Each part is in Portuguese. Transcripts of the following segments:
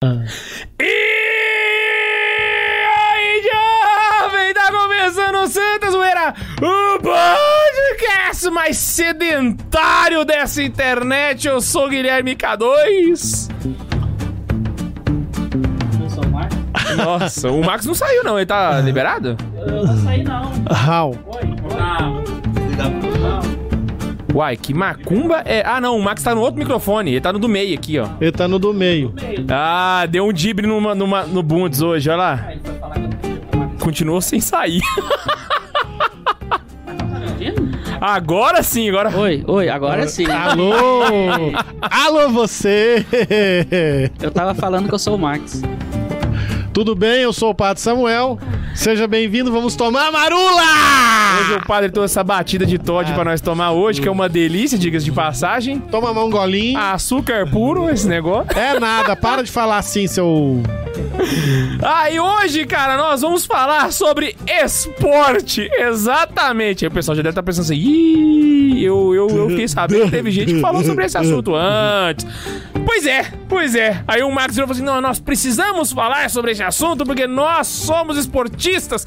Tá mais sedentário dessa internet. Eu sou o Guilherme K2. Eu sou o Marcos. Nossa, o Max não saiu, não. Ele tá liberado? Eu não saí, não. É. How? Oi, oi. Uai, que macumba é. Ah, não. O Max tá no outro microfone. Ele tá no do meio aqui, ó. Ele tá no do meio. Ah, deu um dibre numa, numa, no Bundes hoje, olha lá. Ele foi falar que eu não podia tomar Continuou sem sair. café. Agora sim, agora. Oi, oi, agora sim. Alô! Alô, você! Eu tava falando que eu sou o Max. Tudo bem? Eu sou o Pato Samuel. Seja bem-vindo, vamos tomar Hoje marula! o padre trouxe essa batida de Todd pra nós tomar hoje, que é uma delícia, diga-se de passagem. Toma mongolinho. Açúcar puro esse negócio. Ah. É nada, para de falar assim, seu. Ah, e hoje, cara, nós vamos falar sobre esporte. Exatamente. Aí o pessoal já deve estar pensando assim: ih, eu, eu, eu fiquei sabendo que teve gente que falou sobre esse assunto antes. Pois é, pois é. Aí o Max virou e falou assim: não, nós precisamos falar sobre esse assunto porque nós somos esportistas,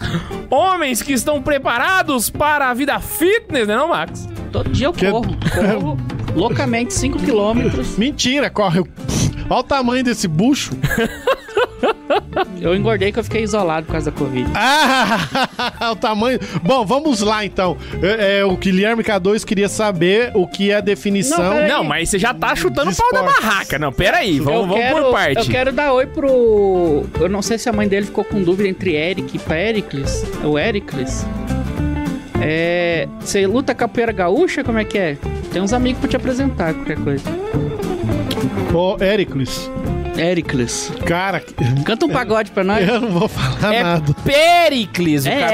homens que estão preparados para a vida fitness, né, não, Max? Todo dia eu Que- corro. Corro loucamente 5km. Mentira, corre. Olha o tamanho desse bucho. Eu engordei que eu fiquei isolado por causa da Covid. Ah, o tamanho. Bom, vamos lá então. É, é, o Guilherme K2 queria saber o que é a Não, definição. peraí. Não, mas você já tá chutando o pau da Esportes. barraca. Não, peraí, vamos, eu vamos quero, por parte. Eu quero dar oi pro. Eu não sei se a mãe dele ficou com dúvida entre Eric e Pericles. O Ericles. É. Você luta capoeira gaúcha? Como é que é? Tem uns amigos pra te apresentar, qualquer coisa. Ô, Éricles, Ericles. cara, É. Canta um pagode pra nós. eu não vou falar É nada. Pericles, o É cara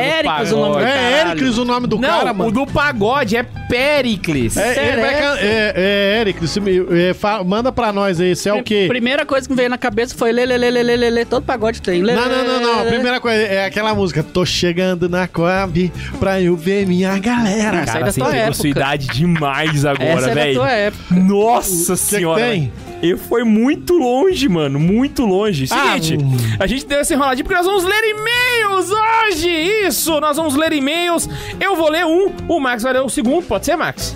do Éricles o nome pagode. do É caralho. Éricles o nome do Não, cara, mano. o do pagode é Pericles. É, ele vai can- é, é, Eric, se me- é, fa- manda pra nós aí, você é o quê? Primeira coisa que me veio na cabeça foi lê, lê, lê, lê, lê, lê, lê. Todo pagode tem. Lê, Não, lê, não, não, lê, não. A lê. primeira coisa é aquela música. Tô chegando na Coab pra eu ver minha galera. tá, Sai da você tua entregou época. sua idade demais Essa agora, era a velho. tua época. Nossa que senhora. tem? velho. Eu foi muito longe, mano. Muito longe. Ah, Seguinte, hum. a gente deu essa enroladinha porque nós vamos ler e-mails hoje. Isso, nós vamos ler e-mails. Eu vou ler um, o Max vai ler o segundo. Pode ser, Max?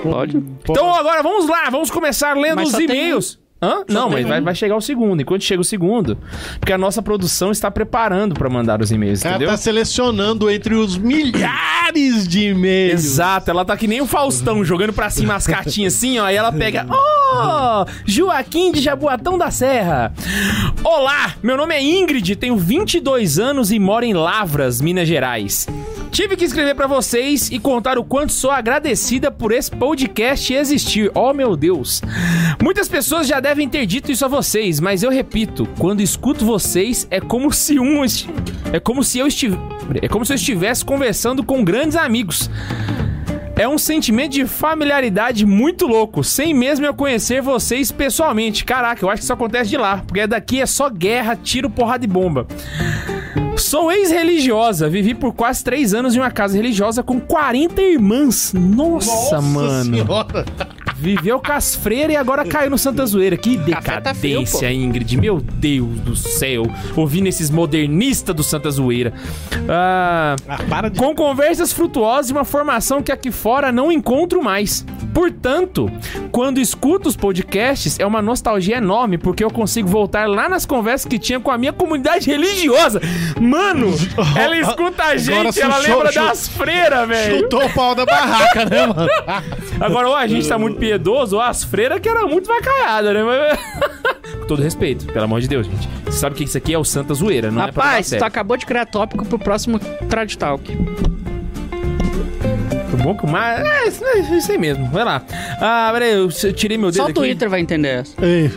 Pode. Então agora vamos lá, vamos começar lendo Mas os só tem e-mails. Hã? Não, mas tem vai, um. vai chegar o segundo. Enquanto chega o segundo, porque a nossa produção está preparando pra mandar os e-mails, Ela entendeu? tá selecionando entre os milhares de e-mails. Exato, ela tá que nem o Faustão, jogando pra cima as cartinhas assim, ó, e ela pega. Ó, Joaquim de Jaboatão da Serra. Olá, meu nome é Ingrid, tenho 22 anos e moro em Lavras, Minas Gerais. Tive que escrever pra vocês e contar o quanto sou agradecida por esse podcast existir. Oh, meu Deus. Muitas pessoas já devem ter dito isso a vocês, mas eu repito, quando escuto vocês é como se um esti- é como se eu estivesse é como se eu estivesse conversando com grandes amigos. É um sentimento de familiaridade muito louco, sem mesmo eu conhecer vocês pessoalmente. Caraca, eu acho que isso acontece de lá, porque daqui é só guerra, tiro, porrada e bomba. Sou ex-religiosa, vivi por quase três anos em uma casa religiosa com 40 irmãs. Nossa, mano. senhora. Viveu com as freiras e agora caiu no Santa Zoeira. Que Café tá frio, decadência, Ingrid. Meu Deus do céu. Ouvindo esses modernistas do Santa Zoeira. Ah, Ah, para de... com conversas frutuosas e uma formação que aqui fora não encontro mais. Portanto, quando escuto os podcasts, é uma nostalgia enorme, porque eu consigo voltar lá nas conversas que tinha com a minha comunidade religiosa. Mano, ela escuta a gente, ela chuchou- lembra chu- das freiras, velho. Chutou o pau da barraca, né, mano? Agora, ou a gente tá muito piedoso, ou as freiras que era muito vacaiada, né? Mas- Com todo respeito, pelo amor de Deus, gente. Você sabe que isso aqui é o Santa Zoeira, não é pra levar a Rapaz, tu sério. acabou de criar tópico pro próximo Trad Talk. Tá bom que o mar... É, isso é isso aí mesmo, vai lá. Ah, peraí, eu eu tirei meu dedo Só o aqui. Twitter vai entender essa. Ei,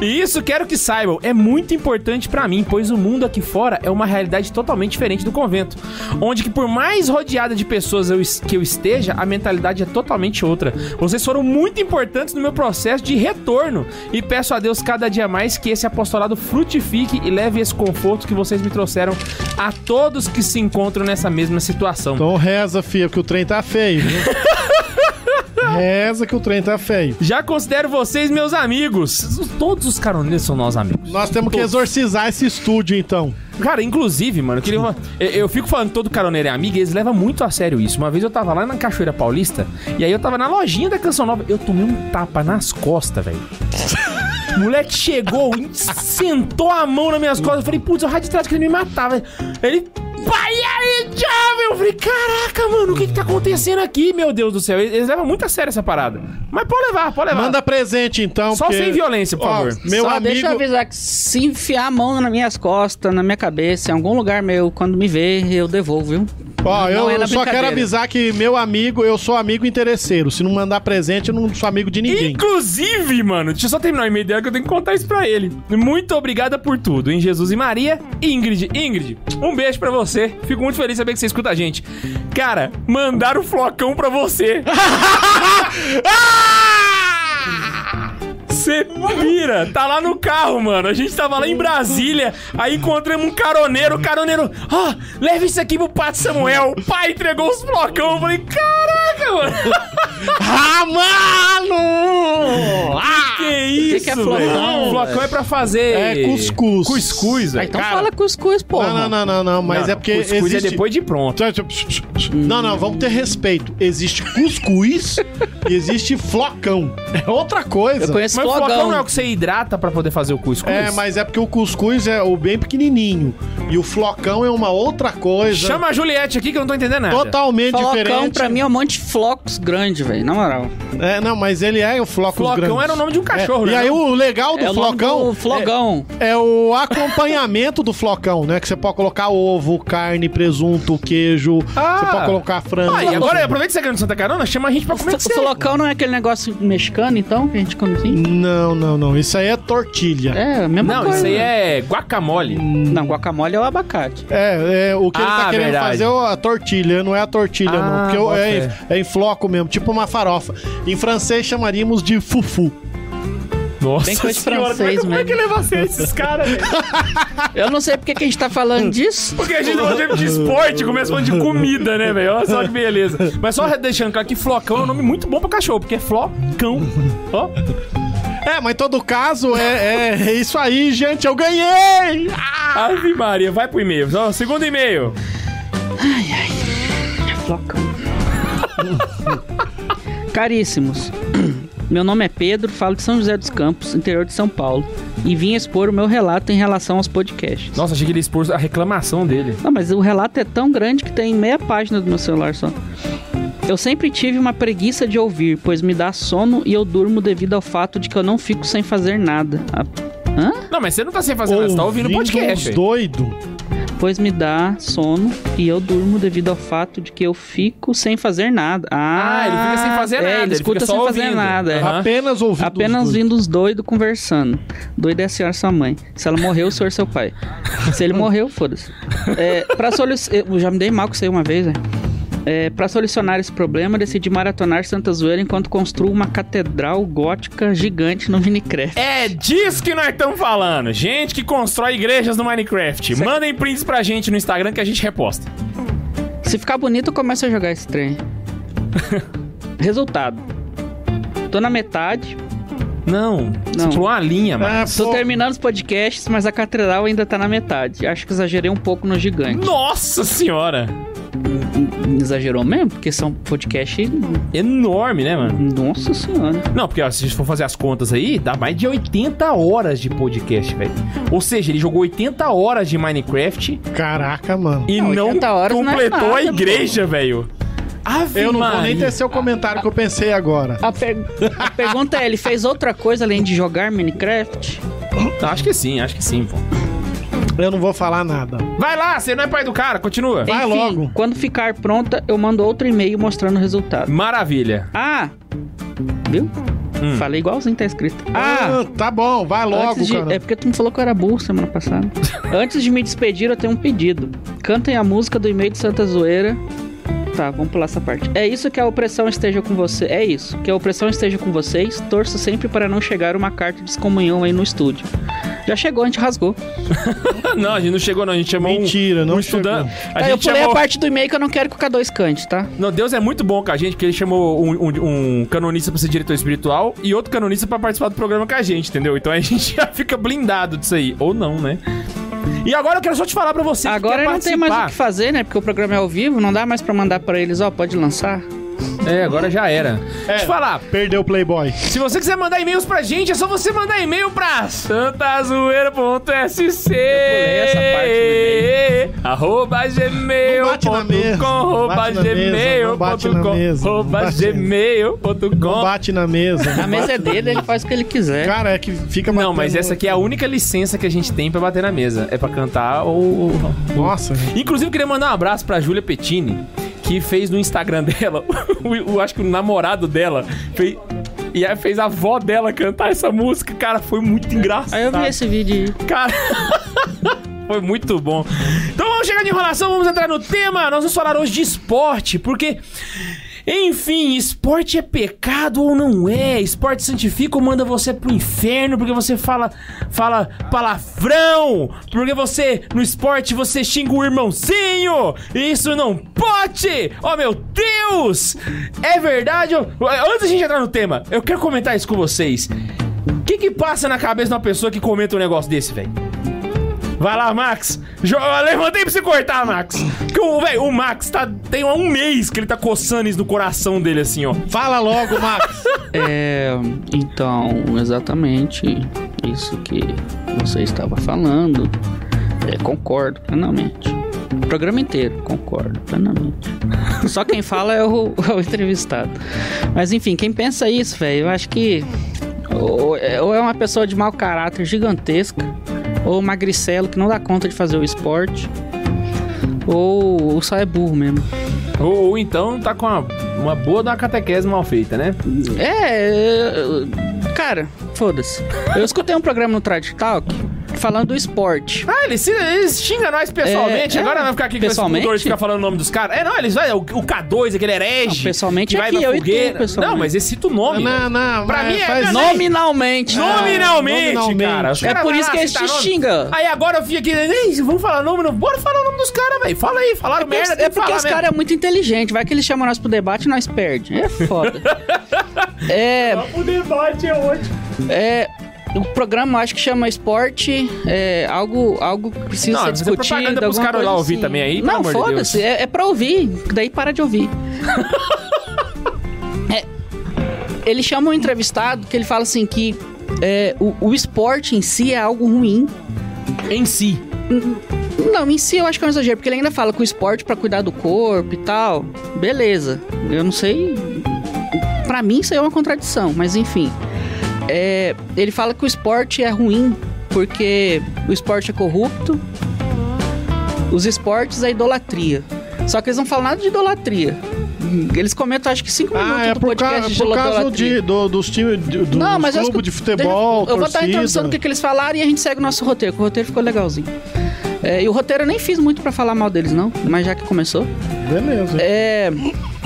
E isso quero que saibam, é muito importante pra mim, pois o mundo aqui fora é uma realidade totalmente diferente do convento, onde que por mais rodeada de pessoas eu es- que eu esteja, a mentalidade é totalmente outra. Vocês foram muito importantes no meu processo de retorno e peço a Deus cada dia mais que esse apostolado frutifique e leve esse conforto que vocês me trouxeram a todos que se encontram nessa mesma situação. então reza, fia, porque o trem tá feio. viu? Reza que o trem tá feio. Já considero vocês meus amigos. Todos os caroneiros são nossos amigos. Nós temos que exorcizar esse estúdio, então. Cara, inclusive, mano, eu, queria uma- eu- eu fico falando que todo caroneiro é amigo e eles levam muito a sério isso. Uma vez eu tava lá na Cachoeira Paulista e aí eu tava na lojinha da Canção Nova. Eu tomei um tapa nas costas, velho. O moleque chegou, e sentou a mão nas minhas costas. Eu falei, putz, o rádio de trás queria me matar, velho. Ele. Pai, e aí, jovem! Eu falei, caraca, mano, o que que tá acontecendo aqui, meu Deus do céu? Eles eles levam muito a sério essa parada. Mas pode levar, pode levar. Manda presente, então. Só porque- sem violência, por Ó, favor. Meu Só amigo. deixa eu avisar que se enfiar a mão nas minhas costas, na minha cabeça, em algum lugar meu, quando me ver, eu devolvo, viu? Ó, eu Não é na só quero brincadeira. avisar que meu amigo, eu sou amigo interesseiro. Se não mandar presente, eu não sou amigo de ninguém. Inclusive, mano, deixa eu só terminar o e-mail dela que eu tenho que contar isso pra ele. Muito obrigada por tudo, em Jesus e Maria. Ingrid, Ingrid, um beijo pra você. Fico muito feliz de saber que você escuta a gente. Cara, mandaram o flocão pra você. Você pira, tá lá no carro, mano. A gente tava lá em Brasília, aí encontramos um caroneiro, o caroneiro, ó, leva isso aqui pro Pato Samuel. O pai entregou os flocão, eu falei, caraca, mano. ah, mano! Ah, Que isso, que é flocão, velho? velho? Flocão é pra fazer... É cuscuz. Cuscuz, Ah, velho. então Cara, fala cuscuz, pô. Não, não, não, não, não, mas não, é porque. Cuscuz é depois de pronto. Não, não, vamos ter respeito. Existe cuscuz e existe flocão. É outra coisa. Eu conheço Mas o flogão. flocão não é o que você hidrata pra poder fazer o cuscuz? É, mas é porque o cuscuz é o bem pequenininho. E o flocão é uma outra coisa. Chama a Juliette aqui que eu não tô entendendo nada. Totalmente Flocão diferente. pra mim é um monte de flocos grande, velho, na moral. É, não, mas ele é o flocão Flocão grande. era o nome de um cachorro, é, né? E aí o legal do é o nome flocão. do flogão. É o acompanhamento do flocão, né? Que você pode colocar ovo, carne, presunto, queijo. Ah. Você pode colocar frango. Ah, e agora, aproveita que você é grande Santa Carona, chama a gente pra comer O que você... flocão não é aquele negócio mexicano, então, que a gente come assim? Não, não, não. Isso aí é tortilha. É, a mesma Não, coisa. isso aí é guacamole. Não, guacamole é o abacate. É, é, o que ele Ah, tá querendo verdade. fazer é a tortilha, não é a tortilha, Ah, não. Porque eu- bota é, em- é em floco mesmo, tipo uma farofa. Em francês chamaríamos de fufu. Nossa Bem coisa de senhora, como é que- francês como é que mesmo. leva a ser esses caras, velho? Eu não sei porque que a gente tá falando disso. Porque a gente não falando de esporte, começa falando de comida, né, velho? Olha só que beleza. Mas só deixando claro que flocão é um nome muito bom pra cachorro, porque é flocão. Ó. É, mas em todo caso, é, é- é isso aí, gente. Eu ganhei! Ave Maria, vai pro e-mail. Ó, segundo e-mail. Flocão. Caríssimos, meu nome é Pedro, falo de São José dos Campos, interior de São Paulo, e vim expor o meu relato em relação aos podcasts. Nossa, achei que ele expôs a reclamação dele. Não, mas o relato é tão grande que tem meia página do meu celular só. Eu sempre tive uma preguiça de ouvir, pois me dá sono e eu durmo devido ao fato de que eu não fico sem fazer nada. Ah, A- Hã? Não, mas você não tá sem fazer nada, você tá ouvindo uns podcast. velho. doido. Pois me dá sono e eu durmo devido ao fato de que eu fico sem fazer nada. Ah, Ah, ele fica sem fazer é, nada, ele Ele escuta fica só sem fazer ouvindo. nada. é. Aham. Apenas ouvindo. os Apenas doidos. vindo os doidos conversando. Doido é a senhora sua mãe. Se ela morreu, o senhor é seu pai. Se ele morreu, foda-se. É, pra solu- Eu já me dei mal com isso aí uma vez, né? É, pra solucionar esse problema, decidi maratonar Santa Zoeira enquanto construo uma catedral gótica gigante no Minecraft. É disso que nós estamos falando. Gente que constrói igrejas no Minecraft. Mandem prints pra gente no Instagram que a gente reposta. Se ficar bonito, eu começo a jogar esse trem. Resultado. Tô na metade. Não, você Não. pulou uma linha, mano. É, Tô pô, terminando os podcasts, mas a catedral ainda tá na metade. Acho que exagerei um pouco no gigante. Nossa senhora! Exagerou mesmo? Porque são podcast. Enorme, né, mano? Nossa senhora. Não, porque ó, se a gente for fazer as contas aí, dá mais de 80 horas de podcast, velho. Ou seja, ele jogou 80 horas de Minecraft Caraca, mano. e Não, não, 80 horas não é completou a nada, igreja, velho. Ave Eu não vou nem Maria. tecer o comentário que eu pensei agora. A, per- a pergunta é: ele fez outra coisa além de jogar Minecraft? Acho que sim, acho que sim, pô. Eu não vou falar nada. Vai lá, você não é pai do cara, continua. Vai Enfim, logo. Quando ficar pronta, eu mando outro e-mail mostrando o resultado. Maravilha. Ah! Viu? Hum. Falei igualzinho tá escrito. Ah! tá bom, vai logo, Antes de- cara. É porque tu me falou que eu era burro semana passada. Antes de me despedir, eu tenho um pedido. Cantem a música do e-mail de Santa Zoeira Tá, vamos pular essa parte. É isso que a opressão esteja com você. É isso. Que a opressão esteja com vocês. Torço sempre para não chegar uma carta de descomunhão aí no estúdio. Já chegou, a gente rasgou. Ah, não, a gente não chegou, não. A gente chamou um- Mentira, um, não estudante. A Cara, É, eu gente pulei chamou... a parte do e-mail que eu não quero que o K2 cante, tá? Não, Deus é muito bom com a gente, porque ele chamou um, um- um canonista pra ser diretor espiritual e outro canonista pra participar do programa com a gente, entendeu? Então a gente já fica blindado disso aí. Ou não, né? E agora eu quero só te falar pra você Agora que quer não tem mais o que participar. fazer, né? Porque o programa é ao vivo, não dá mais pra mandar pra eles, ó, pode lançar. É, agora já era. Deixa eu falar. Perdeu o Playboy. Se você quiser mandar e-mails pra gente, é só você mandar e-mail pra santazoeira.sc essa parte do arroba Não bate na mesa, gmail.com não arroba bate na mesa, não bate na mesa, gmail.com arroba não bate na Não gmail.com bate na mesa. A mesa é né? dele, ele faz o que ele quiser. Cara, é que fica Não, batendo- mas essa aqui é a única licença que a gente tem pra bater na mesa. É pra cantar ou... ou- Nossa. Inclusive, eu queria mandar um abraço pra Júlia Petini, que fez no Instagram dela, o, o- acho que o namorado dela, fez, e aí fez a avó dela cantar essa música. Cara, foi muito engraçado. Aí eu vi esse vídeo aí. Cara. Foi muito bom. Então vamos chegar de enrolação, vamos entrar no tema. Nós vamos falar hoje de esporte, porque. Enfim, esporte é pecado ou não é? Esporte santifica ou manda você pro inferno porque você fala fala palavrão? Porque você no esporte você xinga o irmãozinho? Isso não pode! Oh meu Deus! É verdade? ou- Antes da gente entrar no tema, eu quero comentar isso com vocês. O que que passa na cabeça de uma pessoa que comenta um negócio desse, velho? Vai lá, Max. Jo- Levantei pra você cortar, Max. Que o, velho, o Max tá, tem há um mês que ele tá coçando isso no coração dele, assim, ó. Fala logo, Max. É. Então, exatamente isso que você estava falando. É, concordo plenamente. O programa inteiro, concordo plenamente. Só quem fala é o, é o entrevistado. Mas enfim, quem pensa isso, velho, eu acho que. Ou é ou é uma pessoa de mau caráter gigantesca, ou magricelo que não dá conta de fazer o esporte, ou, ou só é burro mesmo. Ou, ou então tá com uma, uma boa da catequese mal feita, né? É. eu- Cara, foda-se. Eu escutei um programa no Trad Talk falando do esporte. Ah, eles, se- eles xingam nós pessoalmente. É, é. Agora vai ficar aqui Pessoalmente? com esse ficar falando o nome dos caras. É, não, eles vai. O, o K2, aquele herege. Não, pessoalmente que é vai aqui, na eu e tu, fogueira. pessoalmente. Não, mas esse cita o nome. não, velho. não. Pra mas mim é faz... verdade. Nominalmente. Nominalmente, nominalmente. Ah. cara. Os É caras por vai isso lá que eles citar te nome. xingam. Aí agora eu fico aqui, "Ei, vamos falar o nome, não. bora falar o nome dos caras, velho. Fala aí, falaram Porque os- merda. tem é que porque falar os mesmo. caras é muito inteligente. Vai que eles chamam nós pro debate e nós perde. É foda. é, O debate é ótimo. é. O programa eu acho que chama esporte. É algo, algo que precisa Não, ser mas é discutido. propaganda pros alguma caras coisa lá ouvir assim. também aí, pelo Não, amor de foda-se. Deus. É, é pra ouvir. Daí para de ouvir. É, ele chama um entrevistado que ele fala assim que é, o, o esporte em si é algo ruim. Em si. Não, em si eu acho que é um exagero, porque ele ainda fala que o esporte pra cuidar do corpo e tal. Beleza. Eu não sei. Pra mim isso aí é uma contradição, mas enfim. É, ele fala que o esporte é ruim porque o esporte é corrupto. Os esportes é idolatria. Só que eles não falam nada de idolatria. Eles comentam acho que cinco minutos Ah, é do por, podcast causa de por causa idolatria. de, do- dos times, de- dos Não, mas eu clubes escuto- de futebol, Deixa- eu vou dar a torcida. introdução do que, que eles falaram e a gente segue o nosso roteiro, que o roteiro ficou legalzinho. É, e o roteiro eu nem fiz muito pra falar mal deles, não, mas já que começou. Beleza. É,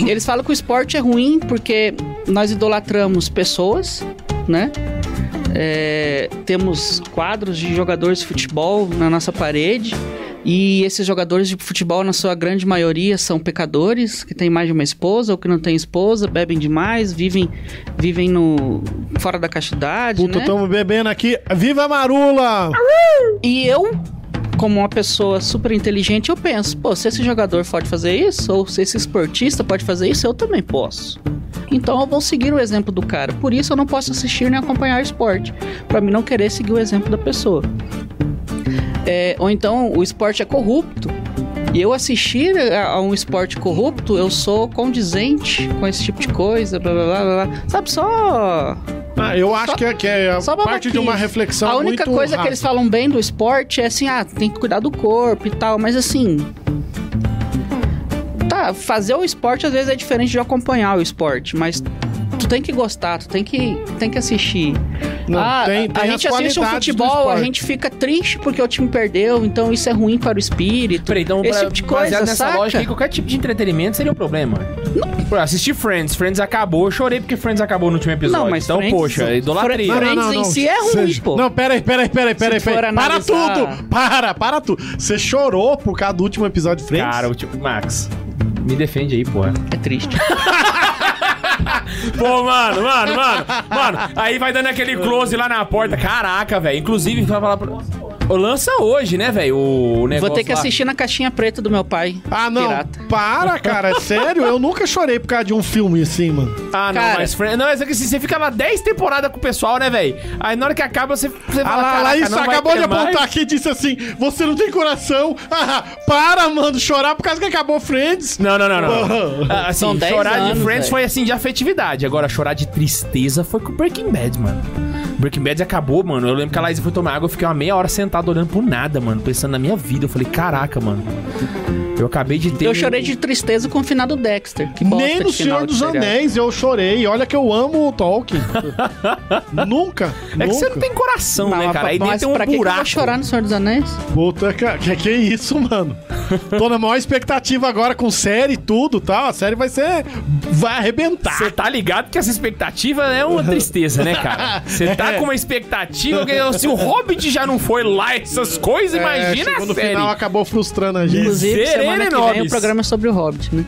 eles falam que o esporte é ruim porque nós idolatramos pessoas, né? É, temos quadros de jogadores de futebol na nossa parede. E esses jogadores de futebol, na sua grande maioria, são pecadores, que têm mais de uma esposa ou que não têm esposa, bebem demais, vivem vivem no fora da castidade, Puta, né? tamo bebendo aqui. Viva a Marula! E eu, como uma pessoa super inteligente, eu penso, pô, se esse jogador pode fazer isso, ou se esse esportista pode fazer isso, eu também posso. Então eu vou seguir o exemplo do cara. Por isso eu não posso assistir nem acompanhar esporte. Pra mim não querer seguir o exemplo da pessoa. É, ou então o esporte é corrupto. E eu assistir a, a um esporte corrupto, eu sou condizente com esse tipo de coisa, blá blá blá blá. blá. Sabe, só Ah, eu acho Só- que é, que é só parte de uma babaquice. reflexão a única muito coisa que rasa. eles falam bem do esporte é assim, ah, tem que cuidar do corpo e tal, mas assim. Tá, fazer o esporte às vezes é diferente de acompanhar o esporte, mas tu tem que gostar, tu tem que, tem que assistir. Não, ah, tem- a tem gente as assiste o qualidades do futebol, a esporte. gente fica triste porque o time perdeu, então isso é ruim para o espírito. Peraí, então, Esse pra- tipo de coisa, baseado nessa saca? lógica aí, qualquer tipo de entretenimento seria um problema. Pô, assisti Friends, Friends acabou, eu chorei porque Friends acabou no último episódio. Não, mas então, Friends- poxa, idolatria. Friends em si é ruim, Cê- pô. Não, peraí, peraí, peraí, peraí. for peraí. Para analisar- tudo! Para, para tudo. Você chorou por causa do último episódio de Friends? Cara, o tipo, Max, me defende aí, porra. É triste. Pô, mano, mano, mano, mano. Aí vai dando aquele close lá na porta. Caraca, velho. Inclusive, vai falar pro... Ô, Lança hoje, né, velho? O negócio. Vou ter que lá. assistir na caixinha preta do meu pai. Ah, não. Pirata. Para, cara. É sério? Eu nunca chorei por causa de um filme assim, mano. Ah, não, Cara. mas Friends. Não, mas é que assim, você fica lá 10 temporadas com o pessoal, né, velho? Aí na hora que acaba, você, você Ah fala, lá, "Caraca, lá isso não vai acabou ter de apontar mais". aqui e disse assim: você não tem coração. Ah, para, mano, chorar por causa que acabou Friends. Não, não, não, não. Ah, assim, São 10 chorar de anos, Friends velho. foi assim de afetividade. Agora, chorar de tristeza foi com Breaking Bad, mano. Breaking Bad acabou, mano. Eu lembro que a Laís foi tomar água, eu fiquei uma meia hora sentado olhando pro nada, mano. Pensando na minha vida. Eu falei, caraca, mano. Eu acabei de ter. Eu um- chorei de tristeza com o final do Dexter. Que bosta Nem de no final Senhor de dos seriado. Anéis eu chorei. Olha que eu amo o Tolkien. nunca. É que você nunca. não tem coração, Não, né, cara? Aí mas dentro tem um pra que que eu vou buraco. chorar no Senhor dos Anéis? Puta, ca- que, que isso, mano? Tô na maior expectativa agora com série e tudo tal. A série vai ser. Vai arrebentar. Você tá ligado que essa expectativa é uma tristeza, né, cara? Você tá É. com uma expectativa que se o Hobbit já não foi lá essas coisas, imagina É, a chegou no série. final acabou frustrando a gente. Inclusive, Serena semana que vem Nobis. o programa é sobre o Hobbit, né?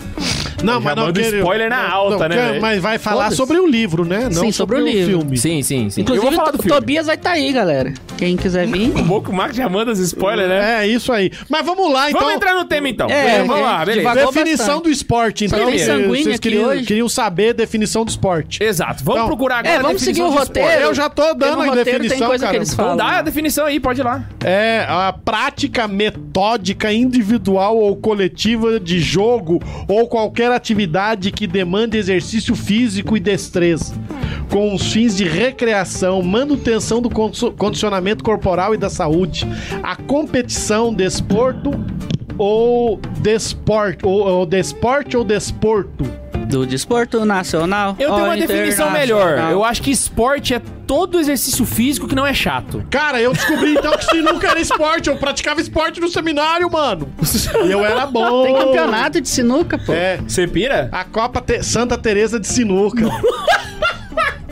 Não, Já manda um quero- spoiler na alta, né, quero- velho? Mas vai falar Foda-se. sobre o livro, né? Não Sim, sobre o livro. filme. Sim, sim, sim. Inclusive, eu vou falar do o filme. Tobias vai estar aí, galera. Quem quiser vir. Um pouco o Marcos já manda os spoilers, né? É isso aí. Mas vamos lá, então. Vamos entrar no tema, então. É, vamos lá, é, beleza. devagar. Pagou definição bastante. do esporte, então. Sangue que sanguíneo Vocês aqui queriam, hoje. queriam saber a definição do esporte. Exato. Vamos Então, procurar agora é, vamos a seguir o definição de roteiro. esporte. Eu já tô Porque no dando a roteiro tem definição, coisa cara. que eles Então falam. dá a definição aí, pode ir lá. É a prática metódica individual ou coletiva de jogo ou qualquer atividade que demande exercício físico e destreza, com os fins de recreação, manutenção do conso- condicionamento corporal e da saúde, a competição, desporto ou desporto ou, ou desporte ou desporto. Do desporto nacional. Eu tenho ao uma definição melhor. internacional. Eu acho que esporte é todo exercício físico que não é chato. Cara, eu descobri então que sinuca era esporte. Eu praticava esporte no seminário, mano. E eu era bom. Tem campeonato de sinuca, pô. É. Você pira? A Copa Te- Santa Teresa de Sinuca.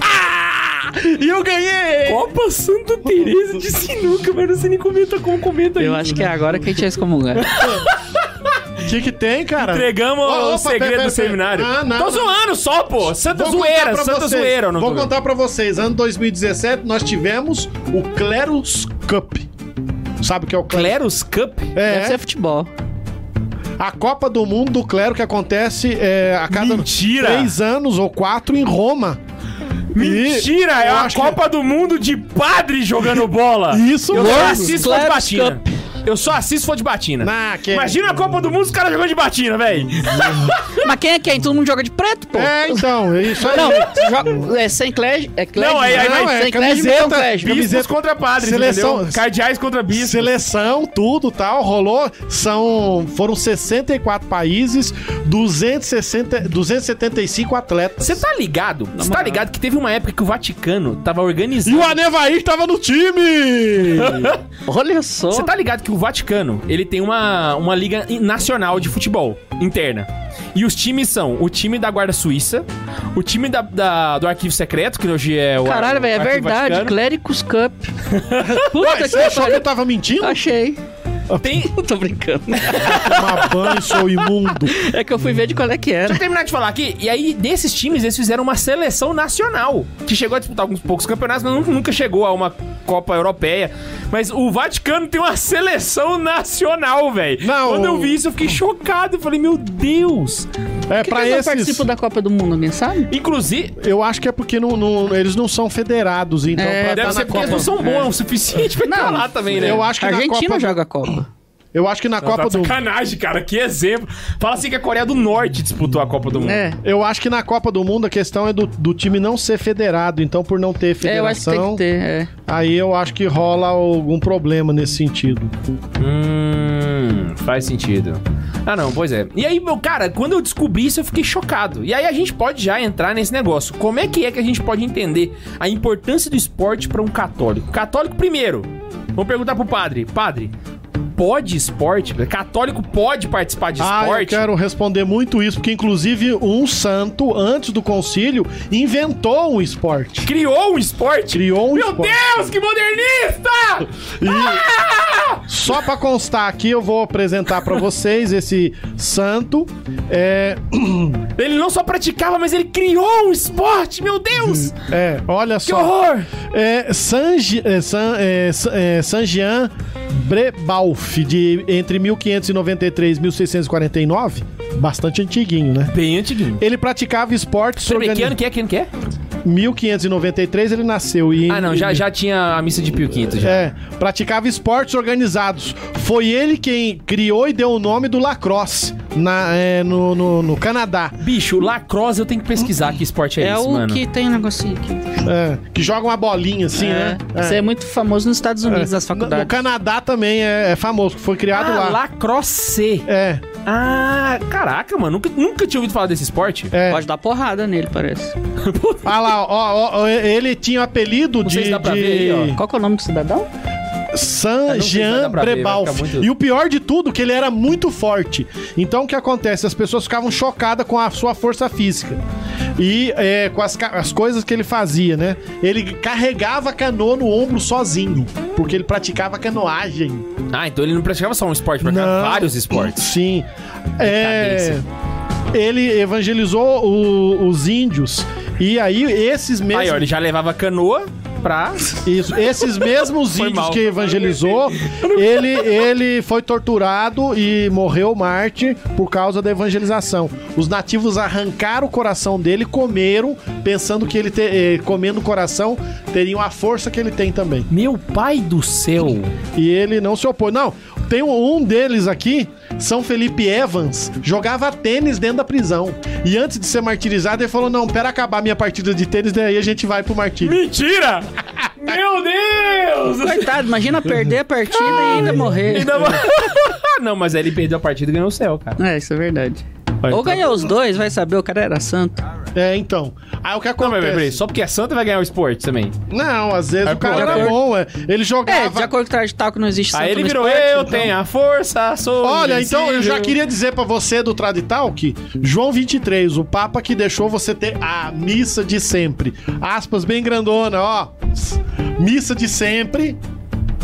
Ah! E eu ganhei! Copa Santa Teresa de sinuca, velho. Não sei nem comenta como comenta Eu acho que é agora que a gente é excomungado. O que que tem, cara? Entregamos Ó, o opa, segredo pera, do pera, pera. seminário. Ah, não. Tô zoando só, pô. Santa Vou contar zoeira, pra Santa vocês. zoeira. é eu não Vou tô- contar pra vocês. Ano 2017, nós tivemos o Clerus Cup. Sabe o que é o Cleros Clerus? Cup? Deve É, ser futebol. a Copa do Mundo do Clero que acontece é, a cada Mentira! três anos ou quatro em Roma. Mentira, é eu a acho que- Copa do Mundo de padre jogando bola. Isso eu mesmo. só assisto for de Claros batina. Eu só assisto for de batina. Na, que- Imagina a Copa do Mundo os caras jogando de batina, velho. Mas quem é quem? Todo mundo joga de preto, pô. É, então, é isso aí. Não, joga, é sem clash, é clash. Não, aí- aí vai- sem é clash, camiseta, não clash. bi- Bispos Camiseta- contra padres, Seleção- entendeu? Cardeais contra bispos. Seleção, tudo tal, rolou. São, foram 64 países, 260, 275 atletas. Você tá ligado? Você tá ligado que teve uma época que o Vaticano tava E organizando. o Anevaí tava no time! Olha só. Você tá ligado que o Vaticano, ele tem uma, uma liga nacional de futebol interna. E os times são o time da Guarda Suíça, o time da, da- do Arquivo Secreto, que hoje é o Caralho, velho, é Arquivo verdade. Vaticano. Clérigos Cup. Ué, Puta você que achou que eu pariu. tava mentindo? Achei. Tem, Tô brincando. Uma banho, sou imundo. É que eu fui ver de qual é que Deixa era. eu terminar de falar aqui. E aí, desses times, eles fizeram uma seleção nacional, que chegou a disputar alguns poucos campeonatos, mas nu- nunca chegou a uma Copa Europeia. Mas o Vaticano tem uma seleção nacional, velho. Não, Quando eu o- vi isso, eu fiquei chocado. Eu falei, meu Deus. É, Por que pra que eu não esses. participo da Copa do Mundo, alguém sabe? Inclusive, Eu acho que é porque não, não- eles não são federados, então. É, pra deve tá ser na porque eles Copa. não são bons o é suficiente pra Não, estar lá também, né? Eu acho que A na Argentina Copa- joga a Copa. Eu acho que na Copa Copa do Tá Sacanagem, cara, que exemplo. Fala assim que a Coreia do Norte disputou a Copa do Mundo. É. Eu acho que na Copa do Mundo a questão é do, do time não ser federado, então por não ter É, eu acho que federação, tem que ter, é. aí eu acho que rola algum problema nesse sentido. Hum, faz sentido. Ah, não, pois é. E aí, meu cara, quando eu descobri isso, eu fiquei chocado. E aí a gente pode já entrar nesse negócio. Como é que é que a gente pode entender a importância do esporte pra um católico? Católico primeiro. Vamos perguntar pro padre. Padre, pode esporte? Católico pode participar de Ah, eu esporte? quero responder muito isso, porque inclusive um santo antes do concílio inventou um esporte. Criou um esporte? Criou um Meu esporte. Deus, que modernista! Ah! Só pra constar aqui, eu vou apresentar pra vocês esse santo. É, Ele não só praticava, mas ele criou um esporte, meu Deus! é, olha Que só. horror! É, Sanji, é, San, é, Sa- é, Sanjian Brebalf, de entre 1593 e 1649, bastante antiguinho, né? Bem antiguinho. Ele praticava esportes Peraí, que organizados. ano que é? Que ano que é? 1593 ele nasceu e Ah, não, já, já tinha a missa de Pio Quinto já. É, praticava esportes organizados. Foi ele quem criou e deu o nome do lacrosse na, é, no, no- no Canadá, Bicho, lacrosse eu tenho que pesquisar que esporte é, É, esse, o mano. que tem um negocinho aqui. É, que joga uma bolinha assim, né? é. Isso é muito famoso nos Estados Unidos, nas No, no faculdades. Canadá também é, é famoso, foi criado Ah, lá. lacrosse. É, Ah, caraca, mano, nunca, nunca tinha ouvido falar desse esporte. é. Pode dar porrada nele, parece. Ah lá, ó, ó, ó, ele tinha o apelido Não sei de, se dá pra de ver aí, É, Qual que é o nome do cidadão? San não sei se vai Jean dar pra ver, Brebalf. vai ficar muito- E o pior de tudo, que ele era muito forte. Então o que acontece? As pessoas ficavam chocadas com a sua força física. E é, com as, ca- as coisas que ele fazia, né? Ele carregava canoa no ombro sozinho, porque ele praticava canoagem. Ah, então ele não praticava só um esporte, praticava Não. vários esportes. Sim. É, Decadência. ele evangelizou o- os índios. E aí, esses mesmos. Aí, ó, ele já levava canoa pra... Isso. Esses mesmos Foi índios mal. que evangelizou, ele, ele foi torturado e morreu mártir por causa da evangelização. Os nativos arrancaram o coração dele, comeram, pensando que ele, te- eh, comendo o coração, teriam a força que ele tem também. Meu pai do céu. E ele não se opôs. Não, tem um um deles aqui, São Felipe Evans, jogava tênis dentro da prisão. E antes de ser martirizado, ele falou: Não, pera acabar minha partida de tênis, daí a gente vai pro martírio. Mentira! Meu Deus! Coitado, imagina perder a partida e ainda morrer. Ainda mais- não, mas aí ele perdeu a partida e ganhou o céu, cara. É, isso é verdade. Vai, Ou então. ganhou os dois, vai saber, o cara era santo. É, então. Aí o que Não, peraí, acontece? peraí, só porque é santa vai ganhar o esporte também. Não, às vezes Aí o cara pronto. era bom, é. Ele É, de jogava. acordo com o traje taco não existe santo Aí ele no virou, esporte, eu então. tenho a força, sou Olha, então eu já invencível." queria dizer pra você do Traditalk, João 23, o Papa que deixou você ter a missa de sempre. Aspas bem grandona, ó. Missa de sempre,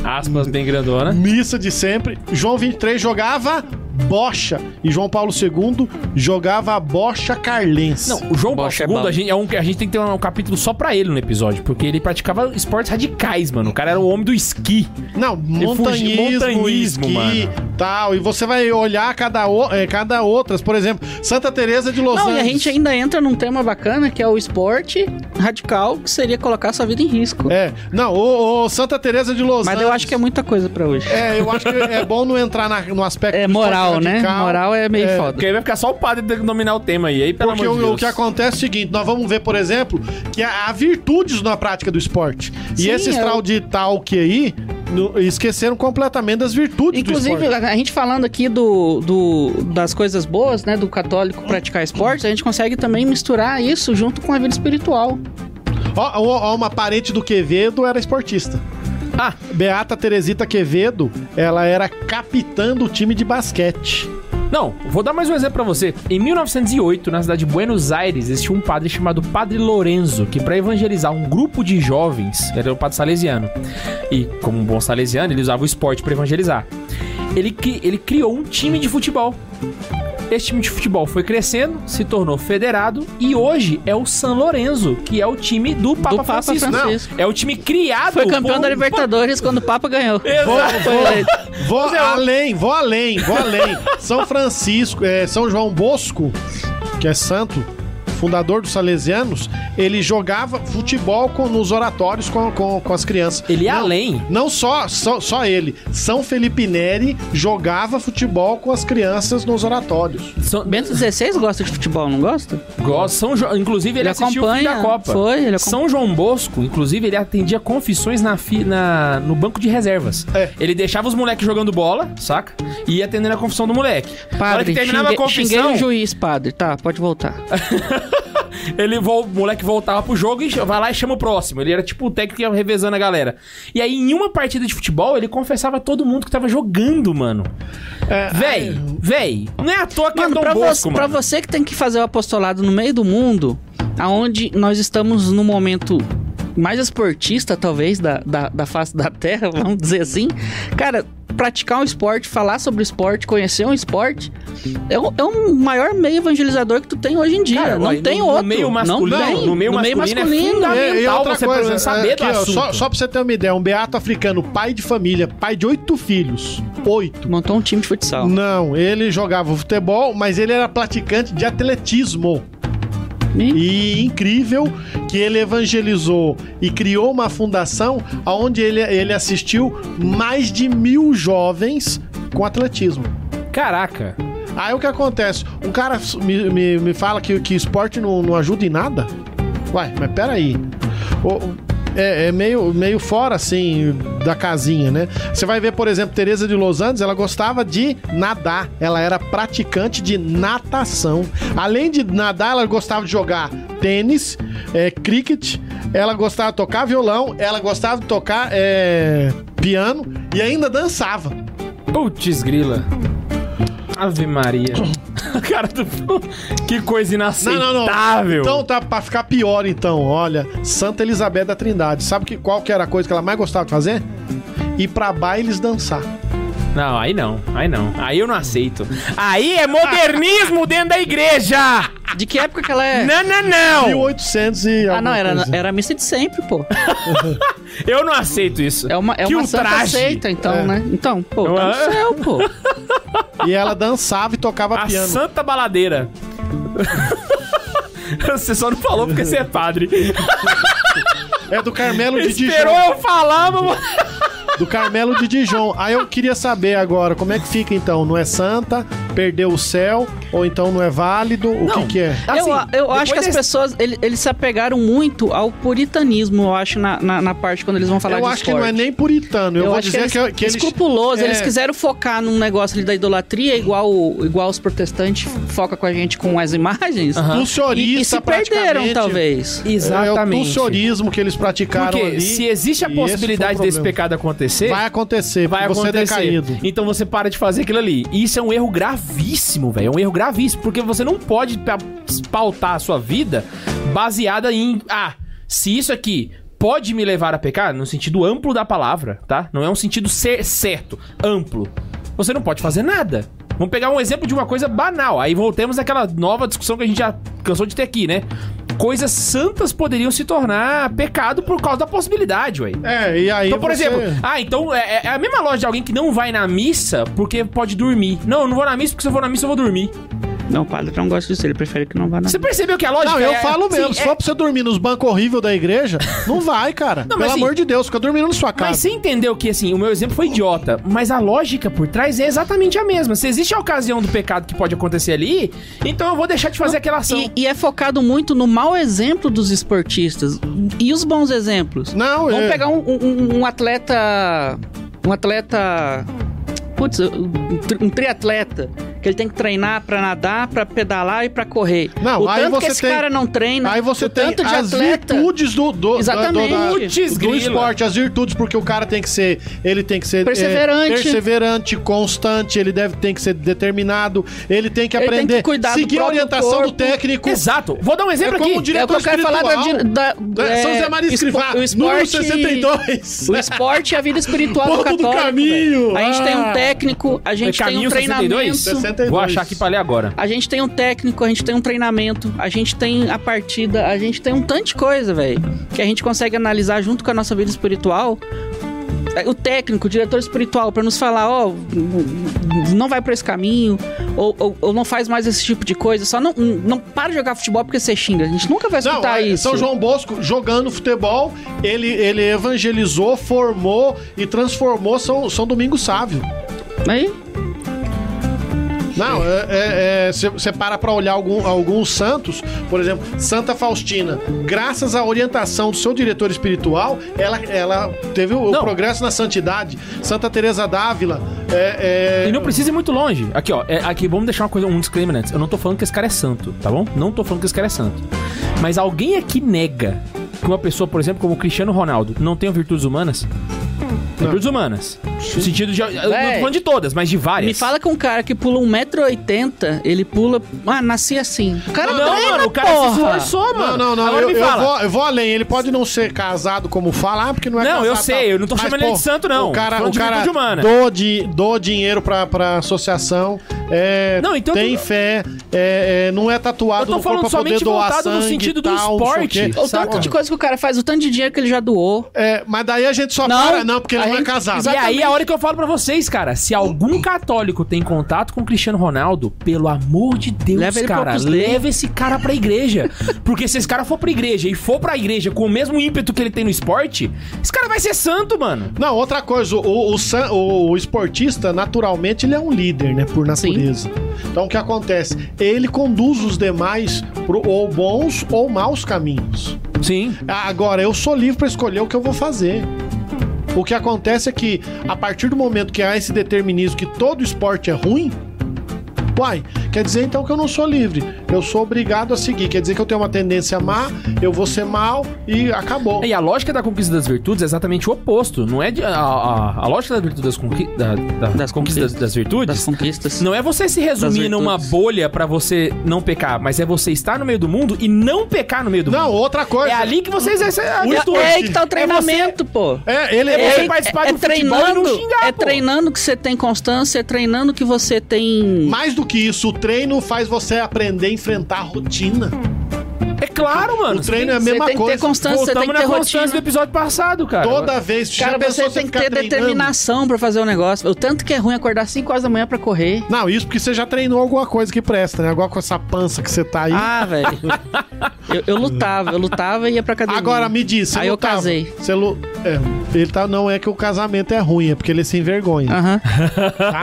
Aspas bem grandona. missa de sempre. João 23 jogava bocha e João Paulo II jogava a bocha carlense. Não, o João Paulo Bocha é II, bom. a, gente, é um, a gente tem que ter um, capítulo só pra ele no episódio, porque ele praticava esportes radicais, mano. O cara era o homem do esqui. Não, fugi- montanhismo, montanhismo, esqui, mano. tal. E você vai olhar cada, o- eh, cada outras, por exemplo, Santa Teresa de Los Não, e Angeles. a gente ainda entra num tema bacana que é o esporte radical, que seria colocar sua vida em risco. É, não, o, o Santa Teresa de Los Mas eu acho que é muita coisa pra hoje. É, eu acho que é bom não entrar na- no aspecto. É de moral, esporte né? radical, Moral é meio foda. Porque aí vai ficar só o padre tendo que dominar o tema aí. aí pelo Porque amor de o, o Deus. que acontece é o seguinte: nós vamos ver, por exemplo, que há, há virtudes na prática do esporte. Sim, e esses é o- tal de tal que aí no- esqueceram completamente das é virtudes do Inclusive, esporte. a a gente falando aqui do, do- das coisas boas, né, do católico praticar esportes, a gente consegue também misturar isso junto com a vida espiritual. Ó, ó, ó, uma parente do Quevedo era esportista. Ah. Beata Teresita Quevedo, ela era capitã do time de basquete. Não, vou dar mais um exemplo pra você. Em 1908, na cidade de Buenos Aires, existia um padre chamado Padre Lorenzo, que pra evangelizar um grupo de jovens, ele era o padre salesiano. E como um bom salesiano, ele usava o esporte pra evangelizar. Ele, cri- ele criou um time de futebol. Esse time de futebol foi crescendo, se tornou federado e hoje é o San Lorenzo, que é o time do Papa, Papa Francisco. Francisco. Não, é o time criado Foi campeão por- da Libertadores quando o Papa ganhou. Exato. Foi eleito. Vou além, vou além, vou além. São Francisco, é, São João Bosco, que é santo, fundador dos Salesianos, ele jogava futebol com, nos oratórios com, com, com as crianças. Ele ia Não, além. Não só, só, só ele. São Felipe Neri jogava futebol com as crianças nos oratórios. São, Bento XVI gosta de futebol, não gosta? Gosta. São Jo- inclusive, ele, Ele assistiu o fim da acompanha, Copa. foi, ele acom- São João Bosco, inclusive, ele atendia confissões na fi- na- no banco de reservas. É. Ele deixava os moleques jogando bola, saca? E ia atendendo a confissão do moleque. na hora Padre, que terminava xinguei, a xinguei confissão, o juiz, padre. Tá, pode voltar. ele vol- o moleque voltava pro jogo e ch- vai lá e chama o próximo. Ele era tipo o técnico que ia revezando a galera. E aí, em uma partida de futebol, ele confessava a todo mundo que tava jogando, mano. É, Véi, véi, não é à toa que Mano, é pra, Dom Bosco, você, pra mano. você que tem que fazer o apostolado no meio do mundo, aonde nós estamos no momento mais esportista, talvez, da, da, da face da terra, vamos dizer assim. Cara, praticar um esporte, falar sobre esporte, conhecer um esporte, é o, é o maior meio evangelizador que tu tem hoje em dia. Cara, não aí, tem no- no outro. meio não masculino- tem. no meio masculino é fundamental. É, e fundamental outra você tá coisa, saber é, do aqui, ó, só, assunto. só pra você ter uma ideia, um beato africano, pai de família, pai de oito filhos. Oito. Montou um time de futsal. Não, ele jogava futebol, mas ele era praticante de atletismo. E- E incrível que ele evangelizou e criou uma fundação onde ele, ele assistiu mais de mil jovens com atletismo. Caraca. Aí o que acontece? Um cara me, me, me fala que, que esporte não, não ajuda em nada? Uai, mas peraí. O- é é meio, meio fora, assim, da casinha, né? Você vai ver, por exemplo, Tereza de Los Angeles, ela gostava de nadar. Ela era praticante de natação. Além de nadar, ela gostava de jogar tênis, é, cricket, ela gostava de tocar violão, ela gostava de tocar é, piano e ainda dançava. Putz, grila. Ave Maria. Cara do. Que coisa inaceitável. Então tá pra ficar pior então, olha, Santa Elizabeth da Trindade. Sabe que qual que era a coisa que ela mais gostava de fazer? Ir pra bailes dançar. Não, aí não, aí não. Aí eu não aceito. Aí é modernismo dentro da igreja! De que época que ela é? Não, não, não! 1800 e Ah, alguma não, era, coisa. era a missa de sempre, pô. Eu não aceito isso. É uma, é Que uma santa ultraje. seita, então, É. né? Então, pô, tá no Ah. céu, pô. E ela dançava e tocava A piano. santa baladeira. Você só não falou porque você é padre. É do Carmelo de Esperou Dijon, eu falar, mas... do Carmelo de Dijon. Aí eu queria saber agora, como é que fica então? Não é santa? Perdeu o céu ou então não é válido? O que que é? Assim, eu eu acho depois que as desse- pessoas, ele- eles se apegaram muito ao puritanismo, eu acho, na, na, na parte quando eles vão falar Eu de acho que não é esporte. nem puritano. Eu, vou acho dizer que, eles, que eles escrupuloso, é. eles quiseram focar num negócio ali da idolatria, igual, igual os protestantes foca com a gente com as imagens. Aham. E, Pulsorista, e se perderam, praticamente. talvez. É o pulsorismo que eles praticaram Porque ali. se existe a e esse possibilidade foi o desse problema. pecado acontecer, Vai acontecer, vai vai você acontecer. é decaído. Então você para de fazer aquilo ali. E isso é um erro gravíssimo, velho. É um erro gravíssimo, porque você não pode pa- pautar a sua vida baseada em ah, se isso aqui pode me levar a pecar, no sentido amplo da palavra, tá? Não é um sentido cer- certo, amplo. Você não pode fazer nada. Vamos pegar um exemplo de uma coisa banal. Aí voltemos naquela nova discussão que a gente já cansou de ter aqui, né? Coisas santas poderiam se tornar pecado por causa da possibilidade, ué. É, e aí. Então, por você- exemplo, ah, então é, é a mesma loja de alguém que não vai na missa porque pode dormir. Não, eu não vou na missa porque se eu vou na missa eu vou dormir. Não, o padre não gosta disso, ele prefere que não vá na Você percebeu que a é assim, loja Não, eu falo mesmo. Sim, se for pra você dormir nos bancos horríveis da igreja, não vai, cara. Não, mas Pelo assim- amor de Deus, fica dormindo na sua Mas casa. você entendeu que, assim, o meu exemplo foi idiota, mas a lógica por trás é exatamente a mesma. Se existe a ocasião do pecado que pode acontecer ali, então eu vou deixar de fazer aquela ação. E, e é focado muito no mau exemplo dos esportistas. E os bons exemplos? Não, Vamos é. pegar um, um- um atleta. Um atleta. Putz, um tri- um triatleta. Que ele tem que treinar pra nadar, pra pedalar e pra correr. Não, o aí tanto você que esse tem- cara não treina. Aí você o tem tanto de as atleta. virtudes do, do, do- Exatamente. do- da- Putz, do grila. esporte, as virtudes, porque o cara tem que ser. Ele tem que ser. é, Perseverante. perseverante, constante, ele deve tem que ser determinado, ele tem que Ele tem aprender. que cuidar do seguir a próprio orientação do corpo. técnico. Exato. Vou dar um exemplo É como aqui. o dire- É o que eu quero falar da. espiritual. da- É, São é, Zé Maria espo- Escrivá, o número esporte- 62. O esporte e a vida espiritual do Ponto do católico. caminho. velho. A gente tem Ah. um técnico, a É gente tem um treinamento. 62? Vou achar aqui pra ler agora. A gente tem um técnico, a gente tem um treinamento, a gente tem a partida, a gente tem um tanto de coisa, velho, que a gente consegue analisar junto com a nossa vida espiritual. o técnico, o diretor espiritual, pra nos falar, ó, não vai pra esse caminho, ou, ou- ou não faz mais esse tipo de coisa, só não, não para de jogar futebol porque você xinga. A gente nunca vai Não, escutar é, isso. São João Bosco jogando futebol, ele, ele evangelizou, formou e transformou São, São Domingo Sávio. Aí, Não, é, você para pra olhar algum- alguns santos, por exemplo, Santa Faustina. Graças à orientação do seu diretor espiritual, ela, ela teve o, o Não. progresso na santidade. Santa Teresa d'Ávila. É, é, E não precisa ir muito longe. Aqui, ó. é- aqui, vamos deixar uma coisa, um disclaimer antes. Eu não tô falando que esse cara é santo, tá bom? Não tô falando que esse cara é santo. Mas alguém aqui nega que uma pessoa, por exemplo, como o Cristiano Ronaldo, não tenha virtudes humanas? Virtudes humanas. No sentido de. Eu não tô Hum. Véi. falando de todas, mas de várias. me fala que um cara que pula 1,80m, ele pula. Ah, nasci assim. O cara Não, treina, mano, o cara porra. se esforçou, mano. Não, não, não. Agora eu, me eu fala. vou, eu vou além. Ele pode não ser casado como falar, porque não é Não, casado. eu sei, eu não tô Mas, chamando ele de santo, não. O cara, Falando o de cara virtude humana. doa, di- doa dinheiro pra, pra associação. é, Não, então tem tu- fé, é, é, não é tatuado Eu tô no corpo falando pra poder somente doar voltado no sangue e sentido do tal, não sei o esporte. quê. O Saca? tanto de coisa que o cara faz, o tanto de dinheiro que ele já doou. É, mas daí a gente só Não, para, não, porque ele a não é gente- casado. E aí Exatamente. é a hora que eu falo pra vocês, cara. Se algum católico tem contato com Cristiano Ronaldo, pelo amor de Deus, Leva ele pro cara, Opus Dei. leva esse cara pra igreja. Porque se esse cara for pra igreja e for pra igreja com o mesmo ímpeto que ele tem no esporte, esse cara vai ser santo, mano. Não, outra coisa, o, o san- o- o esportista, naturalmente, ele é um líder, né? Por natureza. Então, o que acontece? Ele conduz os demais pro ou bons ou maus caminhos. Sim. Agora, eu sou livre para escolher o que eu vou fazer. O que acontece é que, a partir do momento que há esse determinismo que todo esporte é ruim, uai, quer dizer então que eu não sou livre. Eu sou obrigado a seguir. Quer dizer que eu tenho uma tendência má, eu vou ser mal e acabou. E a lógica da conquista das virtudes é exatamente o oposto. Não é de- a, a- a lógica da virtude das, conqui- da- da- Das conquista das, conquistas. das virtudes Das conquistas. Não é você se resumir Das numa virtudes. bolha pra você não pecar, mas é você estar no meio do mundo e não pecar no meio do Não, mundo. outra coisa. É ali que vocês a O virtude. É aí que tá o É você- treinamento, pô. É, ele É você aí- participar é do futebol e treinando, não xingar, É pô. treinando que você tem constância, é treinando que você tem. Mais do que isso, o treino faz você aprender a enfrentar a rotina. É claro, mano. O treino é a Você mesma tem que ter coisa. constância, você tem que Voltamos ter na constância do rotina. episódio passado, cara. Toda vez, já Cara, pensou você tem que ter determinação pra fazer o negócio. O tanto que é ruim acordar 5 horas da manhã pra correr. Não, isso porque você já treinou alguma coisa que presta, né? Agora com essa pança que você tá aí. Ah, velho. eu, eu lutava, eu lutava e ia pra academia. Agora me diz, você Aí eu lutava- casei. Você lu... é, ele tá não é que o casamento é ruim, é porque ele se envergonha. Aham.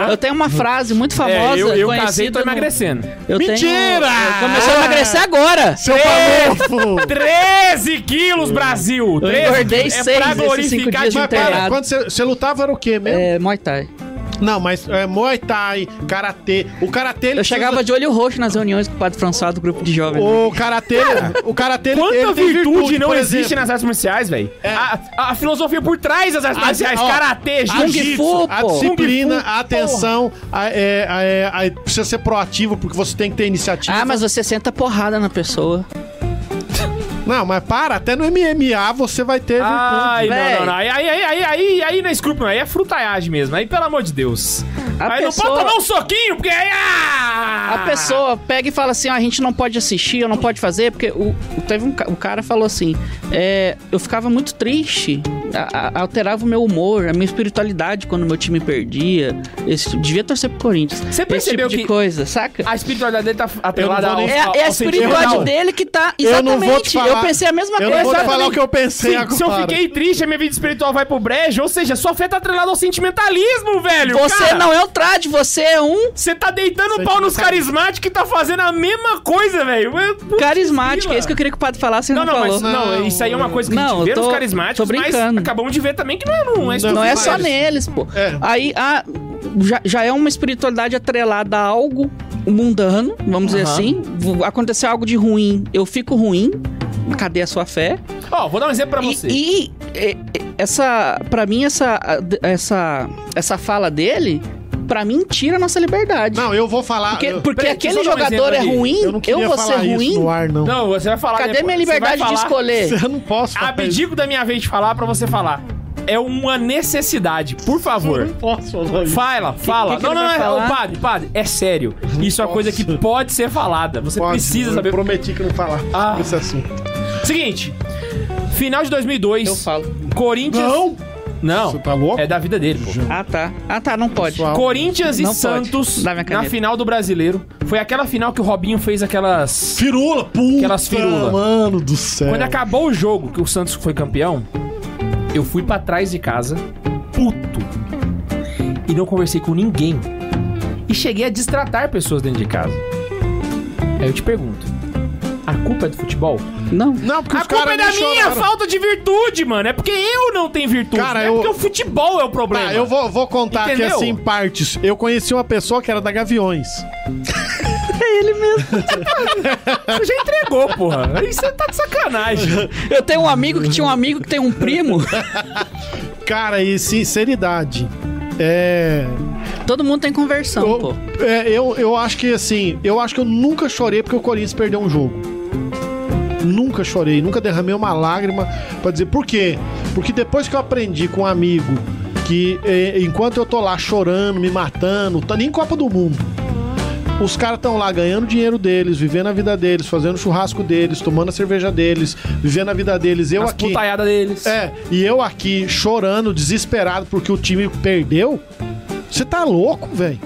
Eu tenho uma frase muito famosa. É, eu, eu conhecida casei e tô no- emagrecendo. Eu tenho- Mentira! eu Comecei a emagrecer agora. Seu palofo! Tá 13 quilos, Brasil! Eu 13. engordei é seis pra esses cinco glorificar dias de de Mas pera, Enterrado. quando você, você lutava era o quê mesmo? É, Muay Thai. Não, mas é, Muay Thai, Karatê. O Karatê... ele Eu chegava de olho roxo nas reuniões com o Padre François do grupo de jovens. O Karatê... o Karatê... ele- Quanta ele tem virtude, É. não por existe exemplo. nas artes marciais, velho? A, a- a filosofia por trás das artes A- marciais, ó, karatê, A, jiu-jitsu. Kung Fu, é jiu-jitsu, a pô. disciplina, Kung Fu, a atenção, a, é, a, é, a- precisa ser proativo, porque você tem que ter iniciativa. Ah, mas você senta porrada na pessoa. Não, mas para, até no MMA você vai ter Ai, não, Véi. não, não. Aí, aí, aí, aí, aí, aí não é escrúpulo, aí é frutaiagem mesmo. Aí, pelo amor de Deus. A aí não pessoa- pode tomar um soquinho, porque aí. ah! A pessoa pega e fala assim: ó, a gente não pode assistir, ou não pode fazer, porque o, o- teve um, ca- o cara falou assim: é, eu ficava muito triste, a- a- alterava o meu humor, a minha espiritualidade quando meu time perdia. Esse, tipo- devia torcer pro Corinthians. Você percebeu Esse tipo que- de coisa, saca? A espiritualidade dele tá atrelada Eu não ao, vou É, a- ao é a sentimento. espiritualidade Não. dele que tá. Eu não Exatamente. vou te falar. pensei a mesma coisa. Eu não vou te Exatamente. falar o que eu pensei Se, agora. se eu fiquei triste, a minha vida espiritual vai pro brejo. Ou seja, sua fé tá atrelada ao sentimentalismo, velho. Você cara. não é o trad, você é um Você tá deitando pau nos Sentimentalismo. carismáticos que tá fazendo a mesma coisa, velho. Eu- putz, carismático. grila. É isso que eu queria que o padre falasse, ele Não, não, não, falou. mas não, Não, isso aí é uma coisa que a não, gente vê eu tô- nos carismáticos, tô mas brincando. acabamos de ver também que não é, não é Não é estufado. só neles, pô. É. Aí a, já, já é uma espiritualidade atrelada a algo mundano, vamos dizer Aham. assim. V- Aconteceu algo de ruim, eu fico ruim. Cadê a sua fé? Ó, vou dar um exemplo pra E, você. e, e, essa, para mim essa essa essa fala dele, pra mim tira a nossa liberdade. Não, eu vou falar. porque eu, porque peraí, aquele deixa eu dar um jogador é exemplo ali. ruim, eu eu, não queria vou ser falar isso ruim. no ar, não. Não, você vai falar. Cadê depois. minha Você vai liberdade de falar- escolher? Eu não posso falar. Abdico da minha vez de falar pra você falar. É uma necessidade, por Eu favor. não posso falar isso. Fala, fala. que não, ele não, vai não, falar? é- ô, padre, padre, é sério. Isso é uma coisa que posso. pode ser falada. Você Pode, precisa eu saber. prometi que não falar Ah. esse assunto. Seguinte, final de Eu 2002, falo. Corinthians. Não! Não. Você tá louco? É da vida dele, pô. Ah, tá. Ah, tá, não pode. Pessoal. Corinthians e Não pode. Santos Dá minha na caneta. final do Brasileiro. Foi aquela final que o Robinho fez aquelas. Firula, puta! Aquelas firula. Mano do céu. Quando acabou o jogo, que o Santos foi campeão, eu fui pra trás de casa, puto. E não conversei com ninguém. E cheguei a destratar pessoas dentro de casa. Aí eu te pergunto: a culpa é do futebol? Não. Não, porque a os culpa é caras da nem minha choraram. falta de virtude, mano. É porque eu não tenho virtude. Cara, não é eu- porque o futebol é o problema. Tá, eu vou, vou contar aqui Entendeu? assim em partes. Eu conheci uma pessoa que era da Gaviões. Você já entregou, porra. Aí você tá de sacanagem. Eu tenho um amigo que tinha um amigo que tem um primo. Cara, e sinceridade. É. Todo mundo tem conversão, pô. eu, é, eu, eu acho que assim, eu acho que eu nunca chorei porque o Corinthians perdeu um jogo. Nunca chorei, nunca derramei uma lágrima pra dizer por quê? Porque depois que eu aprendi com um amigo que eh, enquanto eu tô lá chorando, me matando, tá nem Copa do Mundo. Os caras estão lá ganhando dinheiro deles, vivendo a vida deles, fazendo o churrasco deles, tomando a cerveja deles, vivendo a vida deles. Eu As aqui. putaiadas deles. É, e eu aqui chorando, desesperado porque o time perdeu? Você tá louco, velho?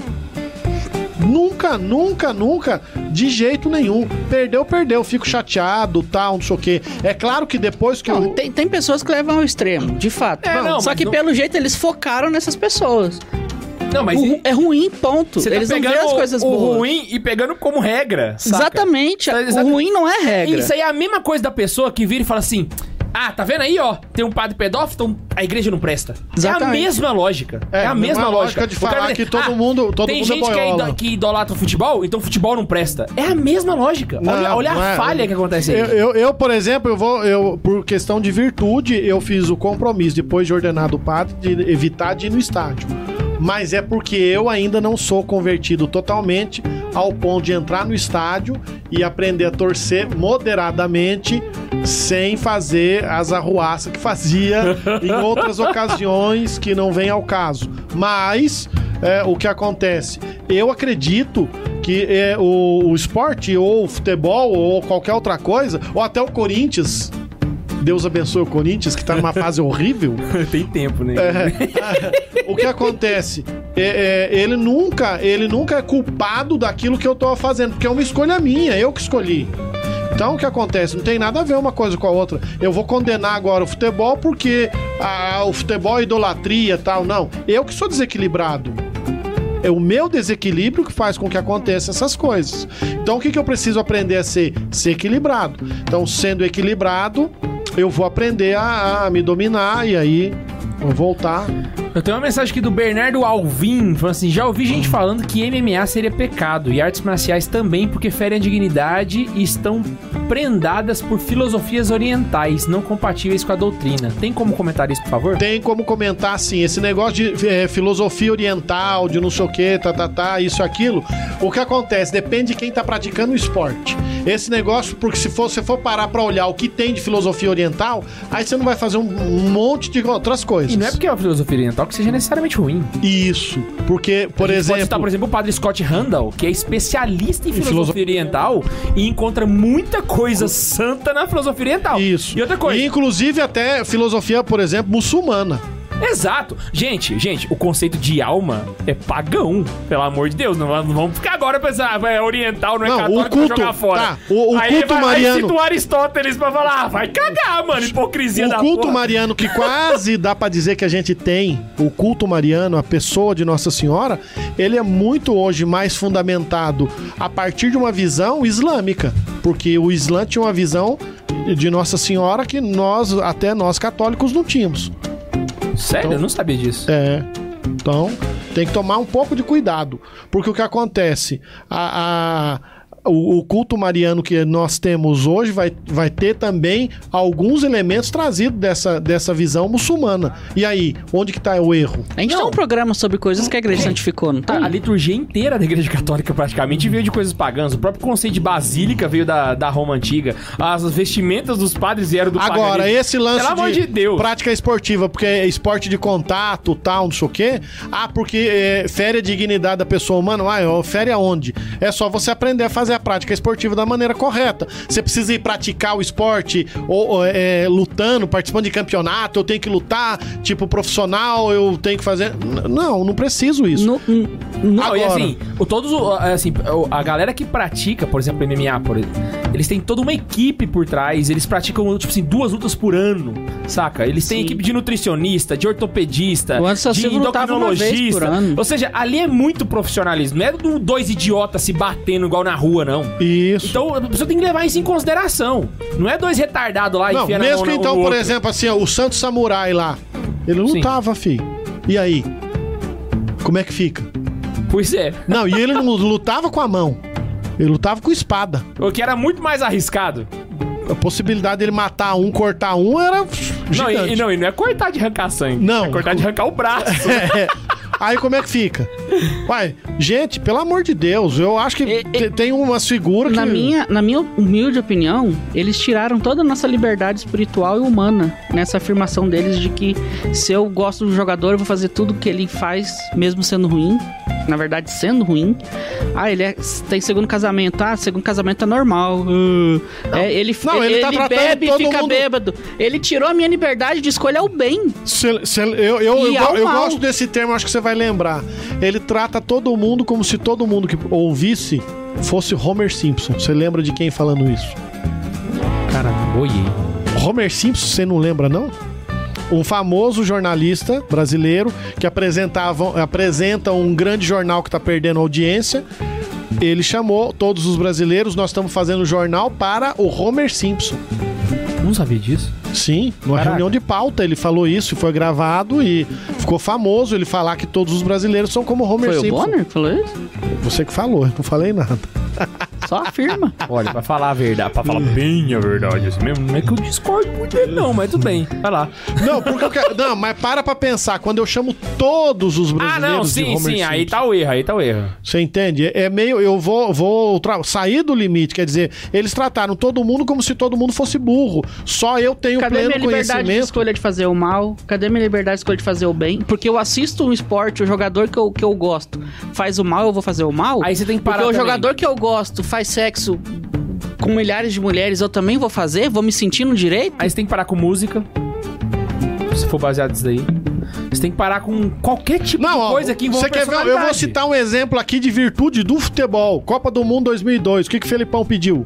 Nunca, nunca, nunca, de jeito nenhum. Perdeu, perdeu, fico chateado, tal, não sei o quê. É claro que depois que Não, eu. tem, tem pessoas que levam ao extremo, de fato. É, não, Só mas que não- pelo jeito eles focaram nessas pessoas. Não, mas. O ru- é ruim, ponto. Você tá eles não pegando veem as coisas o, o boas. ruim e pegando como regra. saca? Exatamente. Tá, O exatamente. ruim não é regra. Isso aí é a mesma coisa da pessoa que vira e fala assim: Ah, tá vendo aí, ó? Tem um padre pedófilo, então a igreja não presta. É a Exatamente. mesma lógica. É, a mesma lógica. de O cara falar vai dizer, que todo mundo- todo tem mundo é gente que, boiola." ido- que idolatra o futebol, então o futebol não presta. É a mesma lógica. olha Não, olha não a é. falha que acontece aí. Eu, eu, eu, por exemplo, eu vou. Eu, por questão de virtude, eu fiz o compromisso, depois de ordenado o padre, de evitar de ir no estádio. Mas é porque eu ainda não sou convertido totalmente ao ponto de entrar no estádio e aprender a torcer moderadamente, sem fazer as arruaças que fazia em outras ocasiões que não vem ao caso. Mas é, o que acontece? Eu acredito que é, o, o esporte, ou o futebol, ou qualquer outra coisa, ou até o Corinthians. Deus abençoe o Corinthians, que tá numa fase horrível. Tem tempo, É, né? O que acontece? É, é, ele nunca ele nunca é culpado daquilo que eu tô fazendo, porque é uma escolha minha, eu que escolhi. Então o que acontece? Não tem nada a ver uma coisa com a outra. Eu vou condenar agora o futebol porque ah, o futebol é idolatria e tal. Não. Eu que sou desequilibrado. É o meu desequilíbrio que faz com que aconteçam essas coisas. Então o que, que eu preciso aprender a ser? Ser equilibrado. Então, sendo equilibrado, eu vou aprender a, a me dominar e aí eu voltar. Eu tenho uma mensagem aqui do Bernardo Alvim, falando assim: já ouvi gente falando que MMA seria pecado e artes marciais também, porque ferem a dignidade e estão prendadas por filosofias orientais não compatíveis com a doutrina. Tem como comentar isso, por favor? Tem como comentar assim, esse negócio de eh, filosofia oriental, de não sei o que, tá, tá, tá, isso, aquilo. O que acontece? Depende de quem tá praticando o esporte. Esse negócio, porque se for- você for parar pra olhar o que tem de filosofia oriental, aí você não vai fazer um, um monte de outras coisas. E não é porque é uma filosofia oriental que seja necessariamente ruim. Isso. Porque, por A gente Pode exemplo. citar, por exemplo, o padre Scott Randall, que é especialista em filosofia, filosofia. oriental e encontra muita coisa santa na filosofia oriental. Isso. E outra coisa. E, inclusive até filosofia, por exemplo, muçulmana. Exato. Gente, gente, o conceito de alma é pagão, pelo amor de Deus. Não, não vamos ficar agora pensando, ah, é oriental, não é Não, o católico, culto, pra jogar fora. tá, o- o Aí culto vai, mariano. Aí cita o Aristóteles pra falar, ah, vai cagar, mano, hipocrisia O da culto porra. mariano que quase dá pra dizer que a gente tem, o culto mariano, a pessoa de Nossa Senhora, ele é muito hoje mais fundamentado a partir de uma visão islâmica, porque o Islã tinha uma visão de Nossa Senhora que nós, até nós católicos, não tínhamos. Sério, eu não sabia disso. É. Então, tem que tomar um pouco de cuidado. Porque o que acontece? A, a- o, o culto mariano que nós temos hoje vai, vai ter também alguns elementos trazidos dessa, dessa visão muçulmana. E aí, onde que tá o erro? A gente tem um programa sobre coisas que a igreja santificou, não tá? A liturgia inteira da Igreja Católica praticamente veio de coisas pagãs. O próprio conceito de basílica veio da, da Roma Antiga. As vestimentas dos padres vieram do Agora, paganismo. esse lance Pelo amor de Deus. prática esportiva, porque é esporte de contato, tal, não sei o quê. Ah, porque é, fere a dignidade da pessoa humana. Ah, eu- fere aonde? É só você aprender a fazer a a prática esportiva da maneira correta. Você precisa ir praticar o esporte ou, ou, é, lutando, participando de campeonato, eu tenho que lutar, tipo profissional, eu tenho que fazer. N- Não, não preciso isso. No- n- Não, e Agora. assim, o, todos, o- assim, o- a galera que pratica, por exemplo, MMA, por exemplo, eles têm toda uma equipe por trás, eles praticam, tipo assim, duas lutas por ano, saca? Eles têm Sim. equipe de nutricionista, de ortopedista, O Anderson de Silva lutava uma vez por ano. Ou seja, ali é muito profissionalismo, não é do dois idiotas se batendo igual na rua, não. Isso. Então, a pessoa tem que levar isso em consideração. Não é dois retardados lá não, enfiando a mão mesmo que no- no então, por outro. exemplo, assim, ó, o Santos Samurai lá. Ele Sim. lutava, filho. E aí? Como é que fica? Pois é, Não, e ele não lutava com a mão. Ele lutava com espada. o que era muito mais arriscado. A possibilidade dele matar um, cortar um era gigante. Não e, e não, e não é cortar de arrancar sangue, Não. é cortar de arrancar o braço. É. Aí como é que fica? Uai, gente, pelo amor de Deus, eu acho que E- e- te- tem uma figura na, que... minha, na minha humilde opinião, eles tiraram toda a nossa liberdade espiritual e humana nessa afirmação deles de que se eu gosto do jogador, eu vou fazer tudo que ele faz, mesmo sendo ruim. Na verdade, sendo ruim. Ah, ele é- tem segundo casamento. Ah, segundo casamento é normal. Ah, é, ele Não, ele ele, tá tratando bebe e todo fica mundo- bêbado. Ele tirou a minha liberdade de escolher o bem. Se- se- eu, eu, eu, E go- ao eu mal. gosto desse termo, acho que você vai lembrar. Ele trata todo mundo como se todo mundo que ouvisse fosse Homer Simpson. Você lembra de quem falando isso? Cara, oiê. Homer Simpson, você não lembra, não? Um famoso jornalista brasileiro que apresentava, apresenta um grande jornal que está perdendo audiência. Ele chamou todos os brasileiros, nós estamos fazendo jornal para o Homer Simpson. Não sabia disso. Sim, numa Caraca. reunião de pauta ele falou isso, e foi gravado e ficou famoso ele falar que todos os brasileiros são como Homer Foi o Simpson. Bonner que falou isso? Você que falou, eu não falei nada. Só afirma. Olha, pra falar a verdade, pra falar bem a verdade, assim mesmo, não é que eu discordo muito dele, não, mas tudo bem. Vai lá. Não, porque eu quero, não, mas para pra pensar, quando eu chamo todos os Ah, brasileiros não, de sim, Homer sim, Simpson. aí tá o erro, aí tá o erro. Você entende? É é meio. Eu vou, vou tra- sair do limite. Quer dizer, eles trataram todo mundo como se todo mundo fosse burro. Só eu tenho Cadê minha pleno liberdade de conhecimento. escolha de fazer o mal? Cadê minha liberdade de escolha de fazer o bem? Porque eu assisto um esporte, o jogador que eu, que eu gosto faz o mal, eu vou fazer o mal? Aí você tem que Porque parar o também. jogador que eu gosto faz sexo com milhares de mulheres, eu também vou fazer? Vou me sentir no direito? Aí você tem que parar com música, se for baseado nisso daí. Você tem que parar com qualquer tipo Não, de ó, coisa que envolve você quer ver? Eu vou personalidade. citar um exemplo aqui de virtude do futebol. Copa do Mundo 2002. O que, que o Felipão pediu?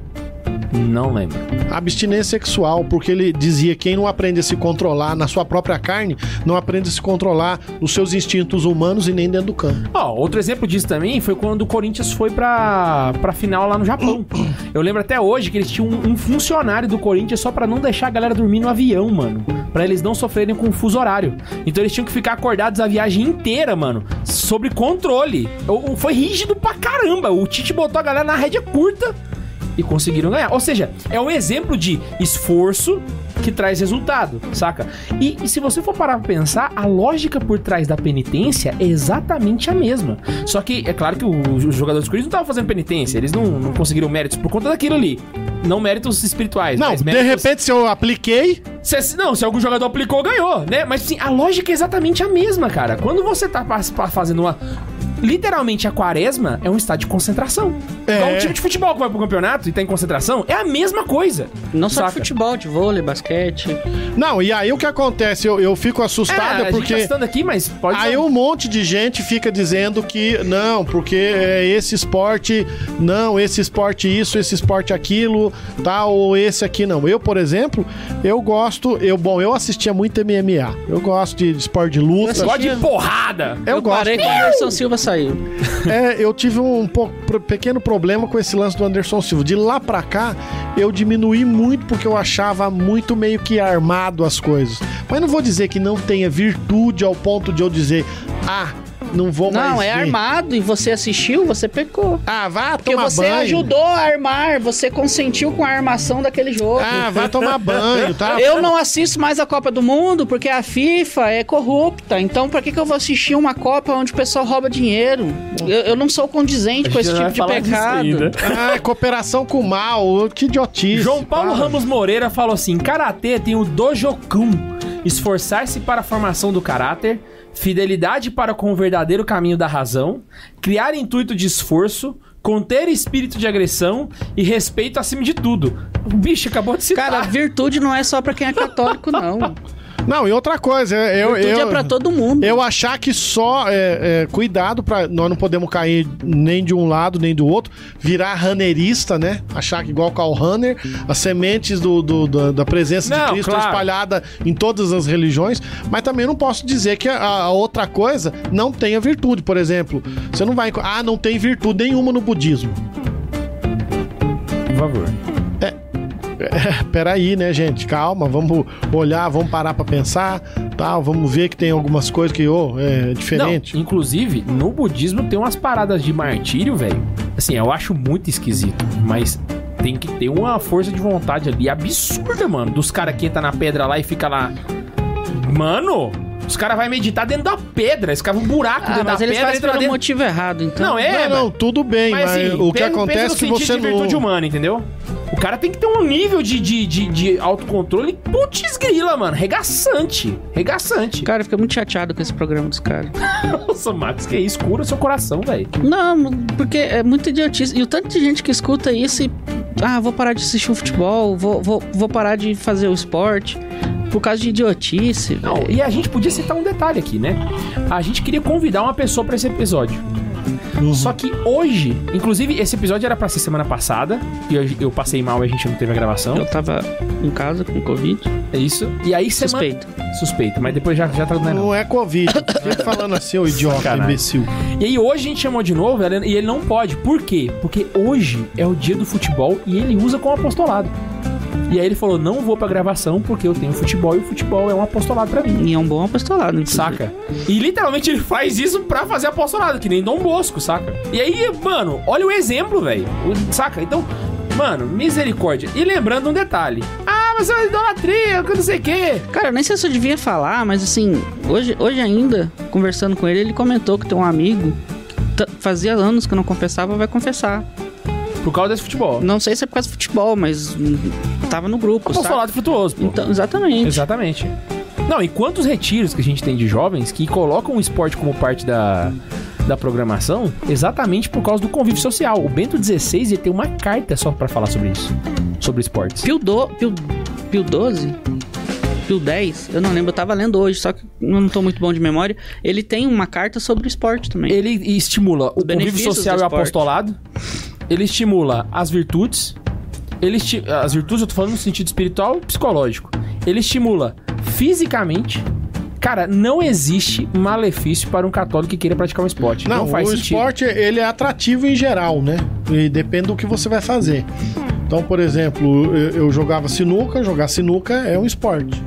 Não lembro. Abstinência sexual, porque ele dizia quem não aprende a se controlar na sua própria carne, não aprende a se controlar nos seus instintos humanos e nem dentro do campo. Ó, outro exemplo disso também foi quando o Corinthians foi pra, pra final lá no Japão. Eu lembro até hoje que eles tinham um, um funcionário do Corinthians só pra não deixar a galera dormir no avião, mano. Pra eles não sofrerem com o fuso horário. Então eles tinham que ficar acordados a viagem inteira, mano. Sobre controle. O- o- foi rígido pra caramba. O Tite botou a galera na rédea curta e conseguiram ganhar. Ou seja, é um exemplo de esforço que traz resultado, saca? E, e se você for parar pra pensar, a lógica por trás da penitência é exatamente a mesma. Só que é claro que o- os jogadores do Corinthians não estavam fazendo penitência, eles não, não conseguiram méritos por conta daquilo ali. Não méritos espirituais, Não, mas de méritos... repente, se eu apliquei, Se- se- não, se algum jogador aplicou, ganhou, né? Mas sim, a lógica é exatamente a mesma, cara. Quando você tá pa- pa- fazendo uma. Literalmente a quaresma é um estádio de concentração. É. Então, um time de futebol que vai pro campeonato e tá em concentração é a mesma coisa. Não só de Saca? futebol, de vôlei, basquete. Não, e aí o que acontece? Eu, eu fico É, assustada a gente porque. tá citando aqui, mas pode Aí ser. um monte de gente fica dizendo que não, porque é esse esporte, não, esse esporte isso, esse esporte aquilo, tal, ou esse aqui não. Eu, por exemplo, eu gosto, eu bom, eu assistia muito MMA. Eu gosto de esporte de luta. Você gosta um de porrada. Eu, gosto. parei quando o Anderson Silva saiu. É, eu tive um po- pro- pequeno problema com esse lance do Anderson Silva. De lá pra cá, eu diminuí muito porque eu achava muito meio que armado as coisas. Mas não vou dizer que não tenha virtude ao ponto de eu dizer, ah, não vou mais. Não, é ver." armado e você assistiu, você pecou. Ah, vá Porque tomar você banho. ajudou a armar, você consentiu com a armação daquele jogo. Ah, vá tomar banho, Ah, tá? Eu não assisto mais a Copa do Mundo porque a FIFA é corrupta. Então, pra que, que eu vou assistir uma Copa onde o pessoal rouba dinheiro? Eu, eu não sou condizente com A gente esse já tipo vai de falar disso ainda. pecado. Ah, cooperação com o mal, que idiotice. tá? João Paulo Para. Ramos Moreira falou assim: Karatê tem o Dojokun, esforçar-se para a formação do caráter, fidelidade para com o verdadeiro caminho da razão, criar intuito de esforço, conter espírito de agressão e respeito acima de tudo. O bicho acabou de citar. Cara, virtude não é só pra quem é católico, não. Não, e outra coisa, eu, virtude é eu, pra todo mundo. eu achar que só é, é, cuidado para nós não podemos cair nem de um lado nem do outro, virar raneirista, né? Achar que igual Karl Runner, as sementes do, do- da, da presença de Não, Cristo claro. espalhada em todas as religiões, mas também não posso dizer que a, a outra coisa não tenha virtude, por exemplo. Você não vai, enco- ah, não tem virtude nenhuma no budismo. por favor. Peraí, né, gente? Calma, vamos olhar, vamos parar pra pensar, tal, vamos ver que tem algumas coisas que ô, é diferente. Não, inclusive, no budismo tem umas paradas de martírio, velho. Assim, eu acho muito esquisito, mas tem que ter uma força de vontade ali absurda, mano. Dos caras que entra na pedra lá e fica lá. Mano, os caras vai meditar dentro da pedra, escava um buraco Ah, dentro mas da eles pedra, fazem entra pelo dentro. motivo errado, então. Não, é, não, não, tudo bem, mas, assim, o que pensa- acontece é que pensa no você sentido de virtude não. humana, entendeu? O cara tem que ter um nível de, de, de, de autocontrole putz grila, mano. Regaçante. Regaçante. Cara, eu fiquei muito chateado com esse programa dos caras. Nossa, Max, que isso? Cura seu coração, velho. Não, porque é muito idiotice. E o tanto de gente que escuta isso e. Ah, vou parar de assistir o futebol, vou, vou, vou parar de fazer o esporte por causa de idiotice. Não, velho. e a gente podia citar um detalhe aqui, né? A gente queria convidar uma pessoa pra esse episódio. Uhum. Só que hoje, inclusive, esse episódio era pra ser semana passada, e eu, eu passei mal e a gente não teve a gravação. Eu tava em casa com Covid. É isso. E aí semana. Suspeito. Uhum. Suspeito, mas depois já, já tá não é não. Não é Covid. Fica falando assim, ô idiota, Sacanagem. imbecil. E aí hoje a gente chamou de novo ela- e ele não pode. Por quê? Porque hoje é o dia do futebol e ele usa como apostolado. E aí ele falou: não vou pra gravação porque eu tenho futebol e o futebol é um apostolado pra mim. E é um bom apostolado, inclusive. Saca? E literalmente ele faz isso pra fazer apostolado, que nem Dom Bosco, saca? E aí, mano, olha o exemplo, velho. O- Saca? Então, mano, misericórdia. E lembrando um detalhe: ah, mas é uma idolatria, que não sei o quê. Cara, eu nem sei se eu devia falar, mas assim, hoje, hoje ainda, conversando com ele, ele comentou que tem um amigo que t- fazia anos que não confessava, vai confessar. Por causa desse futebol. Não sei se é por causa do futebol, mas hum, tava no grupo, sabe? Apostolado frutuoso, pô. Então, exatamente. Exatamente. Não, e quantos retiros que a gente tem de jovens que colocam o esporte como parte da, da programação exatamente por causa do convívio social. O Bento XVI ia ter uma carta só pra falar sobre isso. Sobre esportes. Pio, do, Pio, Pio 12? Pio 10? Eu não lembro, eu tava lendo hoje, só que eu não tô muito bom de memória. Ele tem uma carta sobre o esporte também. Ele estimula o convívio benefícios social do e o esporte. apostolado. Ele estimula as virtudes. Ele esti- as virtudes, eu tô falando no sentido espiritual e psicológico. Ele estimula fisicamente. Cara, não existe malefício para um católico que queira praticar um esporte. Não, Não, faz o sentido. esporte ele é atrativo em geral, né? E depende do que você vai fazer. Então, por exemplo, eu, eu jogava sinuca, jogar sinuca é um esporte.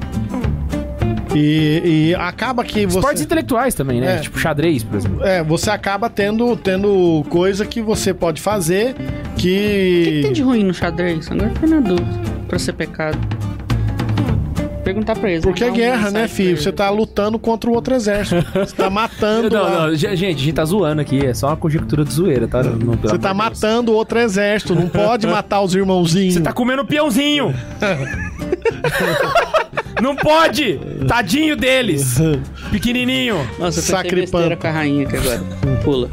E, e acaba que você. Esportes intelectuais também, né? É. Tipo xadrez, por exemplo. É, você acaba tendo, tendo coisa que você pode fazer O que, que que. tem de ruim no xadrez? Agora fiquei na dúvida. Pra ser pecado. Perguntar pra eles. Porque é mandar uma guerra, mensagem né, pra filho? eles. Você tá lutando contra o outro exército. Você tá matando. Não, lá. não, ge- gente, a gente tá zoando aqui. É só uma conjectura de zoeira, tá? Não, pelo Você tá amor de Deus. matando outro exército, não pode matar os irmãozinhos. Você tá comendo peãozinho! Não pode! Tadinho deles! Pequenininho! Nossa, eu Sacripanta. Sacripanta. besteira com a rainha aqui agora. Pula.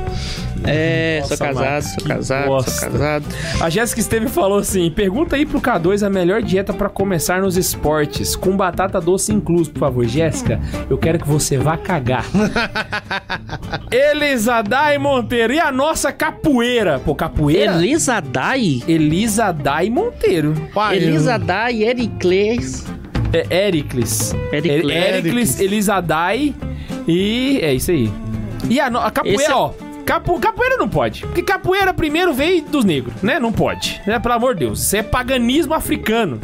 É, Nossa, sou casado, Max, sou que casado, bosta. sou casado. A Jéssica Esteve falou assim: pergunta aí pro K2 a melhor dieta pra começar nos esportes, com batata doce incluso, por favor. Jéssica, eu quero que você vá cagar. Elisadai Monteiro, e a nossa capoeira? Pô, capoeira? É. Elisa Dai? Elisa Dai Monteiro. Pai, Elisa Dai, Ericles. É Ericles. Ericles. Ericles, Ericles Elisadai e. É isso aí. E a, no- a capoeira, Esse é- ó. Capo, capoeira não pode. Porque capoeira primeiro veio dos negros, né? Não pode. Né? Pelo amor de Deus. Isso é paganismo africano,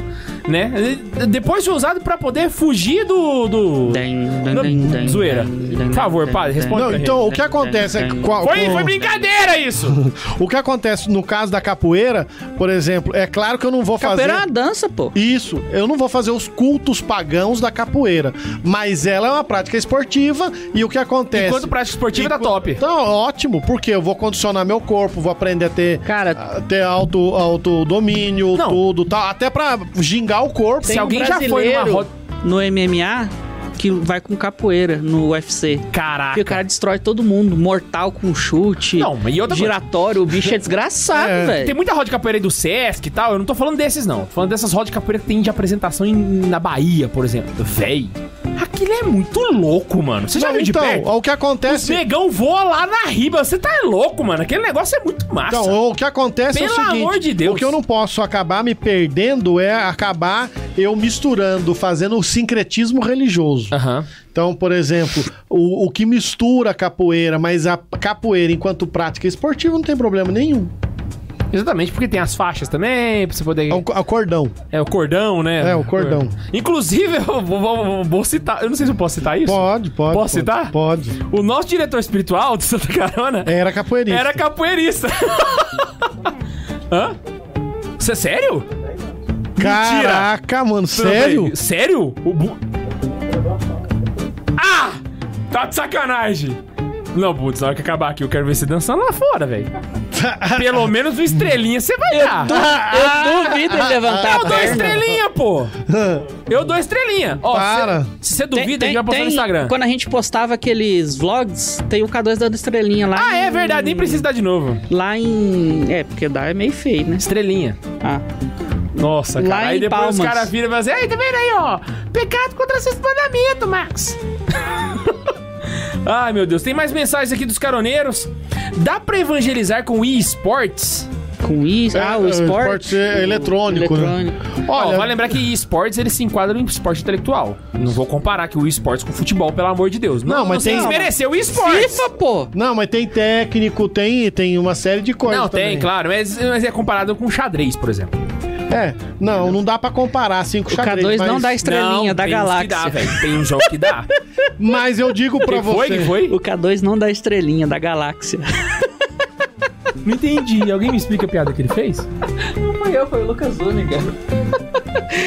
né? E- Depois foi usado pra poder fugir do. do... Dun, dun, Não, dun, dun, zoeira. dun, dun, Por favor, dun, padre, dun, responde. Não, então o que acontece é que qual- Foi, com- foi brincadeira isso! o que acontece no caso da capoeira, por exemplo, é claro que eu não vou fazer Capoeira é uma dança, pô. isso, eu não vou fazer os cultos pagãos da capoeira, mas ela é uma prática esportiva e o que acontece? Enquanto prática esportiva tá Enqu- top. Então, ótimo, porque eu vou condicionar meu corpo, vou aprender a ter Cara, a ter auto autodomínio, Não. tudo, tal, até pra gingar o corpo. um Se alguém já foi numa brasileiro roda. no MMA que vai com capoeira no UFC. Porque o Caraca. cara destrói todo mundo, mortal com chute, Ah, Não, e outra coisa. Tipo, giratório, o bicho é desgraçado, Tem velho. muita roda de capoeira aí do Sesc e tal. Eu não tô falando desses, não. Tô falando dessas rodas de capoeira que tem de apresentação em- na Bahia, por exemplo. Véi, aquilo é muito louco, mano. Você já Não, viu de então, perto? o que Os acontece. negão voa lá na riba. Você tá louco, mano. Aquele negócio é muito massa. Então, o que acontece é o Pelo seguinte: amor de Deus. o que eu não posso acabar me perdendo é acabar eu misturando, fazendo o sincretismo religioso. Aham. Então, por exemplo, o, o que mistura a capoeira, mas a capoeira enquanto prática esportiva não tem problema nenhum. Exatamente, porque tem as faixas também, pra você poder. É o, co- é o cordão. É o cordão, né? É, o cordão. Inclusive, eu vou, vou- vou- vou citar. Eu não sei se eu posso citar isso. Pode, pode. Posso pode, citar? Pode. O nosso diretor espiritual de Santa Carona Era capoeirista. era capoeirista. Hã? Você é sério? Caraca, mano, sério? Sério? O Bu- Ah! Tá de sacanagem! Não, putz, na hora que acabar aqui, eu quero ver você dançando lá fora, velho. Pelo menos uma estrelinha você vai dar. Ah, Eu duvido ele Eu levantar a dou perna. estrelinha, pô! Eu dou estrelinha. Ó, Para. cê- Se você duvida, a gente vai postar no tem- Instagram. Quando a gente postava aqueles vlogs, tem o K2 dando estrelinha lá. Ah, é em- verdade, nem precisa dar de novo. Lá em. É, porque dar é meio feio, né? Estrelinha. Ah. Nossa, Lá cara. Aí em depois os Palmas. caras viram e falam assim: Ei, tá vendo aí, ó? Pecado contra seus mandamentos, Max. Ai, meu Deus. Tem mais mensagens aqui dos caroneiros. Dá pra evangelizar com eSports? Com isso. É, ah, o é, esporte. esporte é eletrônico, né? eletrônico. Olha, Olha, vai lembrar que eSports ele se enquadra no esporte intelectual. Não vou comparar aqui o eSports com o futebol, pelo amor de Deus. Não, mas sei tem- desmerecer o eSports. FIFA, pô! não, mas tem técnico, tem, tem uma série de coisas. Não, também. tem, claro. Mas, mas é comparado com xadrez, por exemplo. É, não, não dá pra comparar cinco O K2 mas, não dá Não, estrelinha da tem uns que dá, galáxia. velho. Tem um jogo que dá. Mas eu digo pra que você. foi? Que foi? O K2 não dá estrelinha da galáxia. Não entendi. Alguém me explica a piada que ele fez? Não eu, foi o Lucas Zuniga.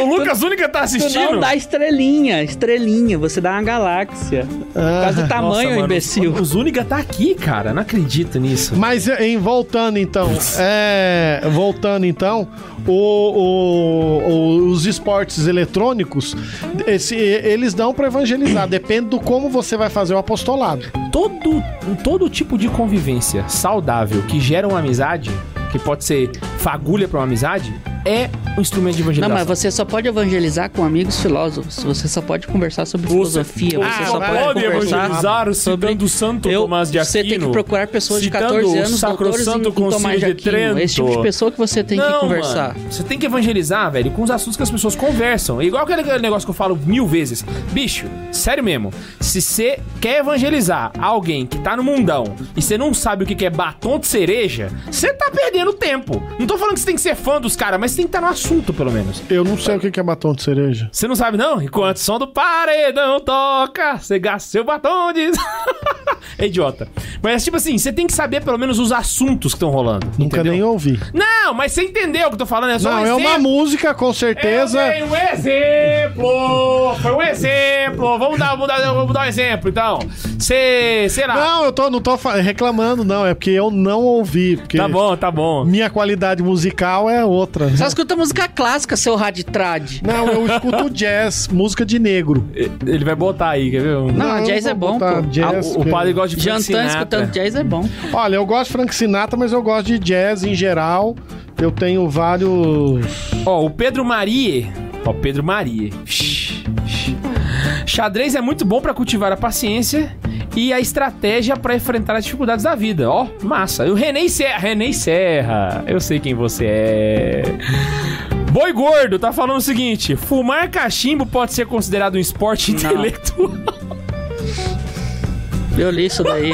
O Lucas Única tá Tu não assistindo? dá estrelinha, estrelinha, você dá uma galáxia. Por Ah, causa do tamanho, mano, imbecil. O Zúñiga tá aqui, cara. Não acredito nisso. Mas eh, em voltando então, é, voltando então, o- o- o- os esportes eletrônicos, esse- eles dão pra evangelizar, depende do como você vai fazer o apostolado. Todo, todo tipo de convivência saudável que gera uma amizade, que pode ser fagulha pra uma amizade, é um instrumento de Não, evangelização. mas você só pode evangelizar com amigos filósofos. Você só pode conversar sobre filosofia. Ah, Você só não vai pode conversar evangelizar citando Santo Eu- Tomás de Aquino. Você tem que procurar pessoas de citando 14 o anos, doutores em Sacrossanto em Tomás de Concílio de Aquino. Esse tipo de Trento. pessoa que você tem que Não, conversar. mano. Você tem que evangelizar, velho, com os assuntos que as pessoas conversam. É Igual aquele aquele negócio que eu falo mil vezes. Bicho, sério mesmo. Se você quer evangelizar alguém que tá no mundão e você não sabe o que que é batom de cereja, você tá perdendo tempo. Não tô falando que você tem que ser fã dos caras, mas você tem que estar no assunto, pelo menos. Eu não sei o que que é batom de cereja. Você não sabe, não? Enquanto o som do paredão toca, você gasta seu batom de. é idiota. Mas, tipo assim, você tem que saber pelo menos os assuntos que estão rolando. Nunca entendeu? nem ouvi. Não, mas você entendeu o que eu tô falando, é só um Não, é exemplo. uma música, com certeza. Eu dei um exemplo! Foi um exemplo! Vamos dar, vamos dar, vamos dar um exemplo, então. Você, sei lá. Não, eu tô, não tô fa- reclamando, não. É porque eu não ouvi. Porque Tá bom, tá bom. minha qualidade musical é outra. Só escuta música clássica, seu raditrad. Não, eu escuto jazz, música de negro. Ele vai botar aí, quer ver? Não, eu jazz vou é bom, botar pô. jazz, Ah, O, o padre gosta de né, Frank Jantando Sinatra. tá escutando jazz é bom. Olha, eu gosto de Frank Sinatra, mas eu gosto de jazz em geral. Eu tenho vários. Ó, o Pedro Marie. Ó, o Pedro Marie. Shhh, shhh. Xadrez é muito bom pra cultivar a paciência e a estratégia pra enfrentar as dificuldades da vida. Ó, massa. E o René Serra. René Serra. Eu sei quem você é. Boi Gordo tá falando o seguinte: fumar cachimbo pode ser considerado um esporte intelectual. Eu li isso daí.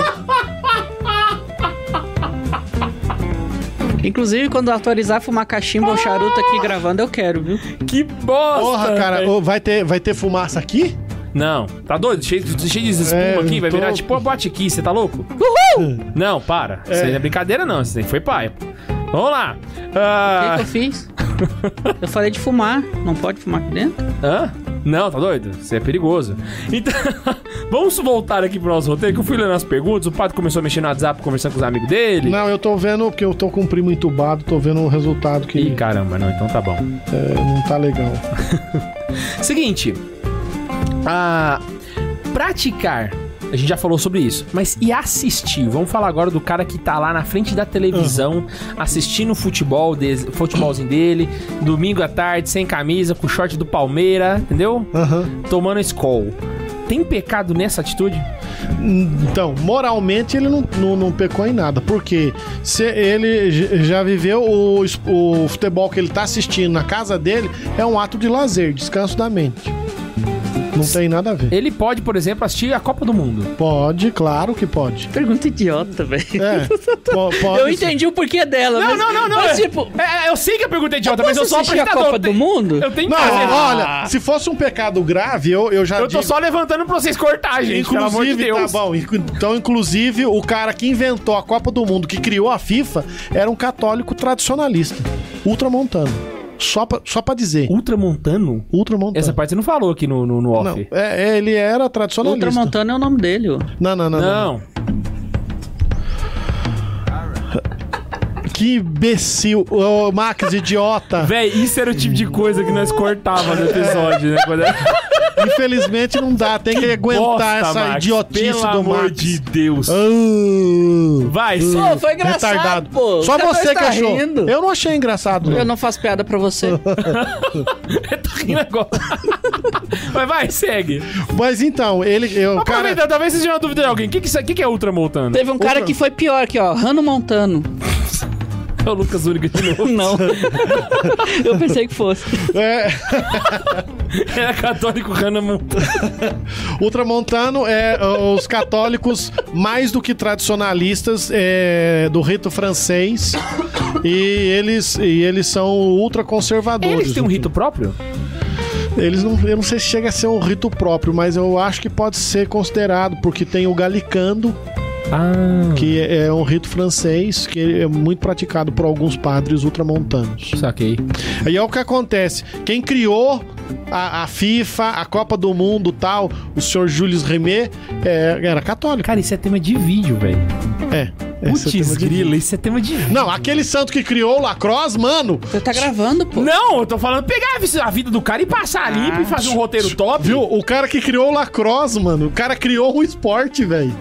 Inclusive, quando autorizar fumar cachimbo ou charuto aqui gravando, eu quero, viu? Que bosta! Porra, cara, velho. ô, vai ter, vai ter fumaça aqui? Não, tá doido? Cheio, cheio de espuma É, aqui, vai tô- virar tipo uma boate aqui, você tá louco? Uhul! Não, para. Isso aí não é brincadeira, não. Isso aí foi paia. Vamos lá. O que, Ah, que eu fiz? Eu falei de fumar. Não pode fumar aqui dentro? Hã? Não, tá doido? Isso é perigoso. Então, vamos voltar aqui pro nosso roteiro, que eu fui lendo as perguntas, o padre começou a mexer no WhatsApp, conversando com os amigos dele. Não, eu tô vendo, porque eu tô com um primo entubado, tô vendo o resultado que Ih, caramba, não, então tá bom. é, não tá legal. Seguinte. Ah, praticar. A gente já falou sobre isso. Mas e assistir? Vamos falar agora do cara que tá lá na frente da televisão, assistindo o futebol, de, futebolzinho dele, domingo à tarde, sem camisa, com o short do Palmeira, entendeu? Aham. Tomando Skol. Tem pecado nessa atitude? Então, moralmente ele não, não, não pecou em nada, porque se ele j- já viveu o, es- o futebol que ele tá assistindo na casa dele, é um ato de lazer, descanso da mente. Não tem nada a ver. Ele pode, por exemplo, assistir a Copa do Mundo. Pode, claro que pode. Pergunta idiota, velho. É, po- pode Eu sim. entendi o porquê dela, mas... Mas, tipo, é, é, eu sei que eu perguntei idiota, mas eu posso sou assistir a apresentador. Copa do tem- Mundo? Eu tenho que Não, fazer. olha, se fosse um pecado grave, eu, eu já Ah. Eu tô digo- só levantando pra vocês cortar, gente. pelo amor de Ah, Inclusive, tá Deus. bom. inc- Então, inclusive, o cara que inventou a Copa do Mundo, que criou a FIFA, era um católico tradicionalista, ultramontano. Só pra, só pra dizer, Ultramontano? ultramontano. Essa parte você não falou aqui no, no, no off. não, é, é, ele era tradicionalista. Ultramontano é o nome dele, ó. Não, não, não, não, não. Não. Que imbecil. Ô, Max, idiota. Véi, isso era o tipo de coisa que nós cortava no episódio, né? Quando era- Infelizmente não dá. Tem que, aguentar Bosta, essa Max, idiotice pelo do amor Max. de Deus. Ah, Vai, Pô, só. foi engraçado, retardado. pô. Só Cada um você que tá achou. rindo. Eu não achei engraçado. Eu não. não faço piada pra você. tá rindo agora. Mas vai, segue. Mas então, ele. Eu, cara, Aproveita, talvez vocês tenham uma dúvida de alguém. O que, que, isso- que, que é ultramontano? Teve um cara que foi pior aqui, ó. Rano Montano. É o Lucas Uriga de novo. Não. Eu pensei que fosse. é, Era É católico Hannah Montana. Ultramontano é uh, os católicos mais do que tradicionalistas é, do rito francês e eles, e eles são ultraconservadores. Eles têm um rito próprio? Eles não, eu não sei se chega a ser um rito próprio, mas eu acho que pode ser considerado, porque tem o galicando, Ah, que é um rito francês que é muito praticado por alguns padres ultramontanos. saquei. Aí é o que acontece. Quem criou a, a FIFA, a Copa do Mundo tal, o senhor Jules Rimet, é, era católico. Cara, isso é tema de vídeo, velho. É. esse é Putz, o tema de- grila, isso é tema de vídeo. Não, aquele santo que criou o lacrosse, mano. Você tá gravando, pô. Não, eu tô falando pegar a vida do cara e passar limpo e fazer um roteiro top. Ah, Viu? O cara que criou o lacrosse, mano. O cara criou um esporte, velho.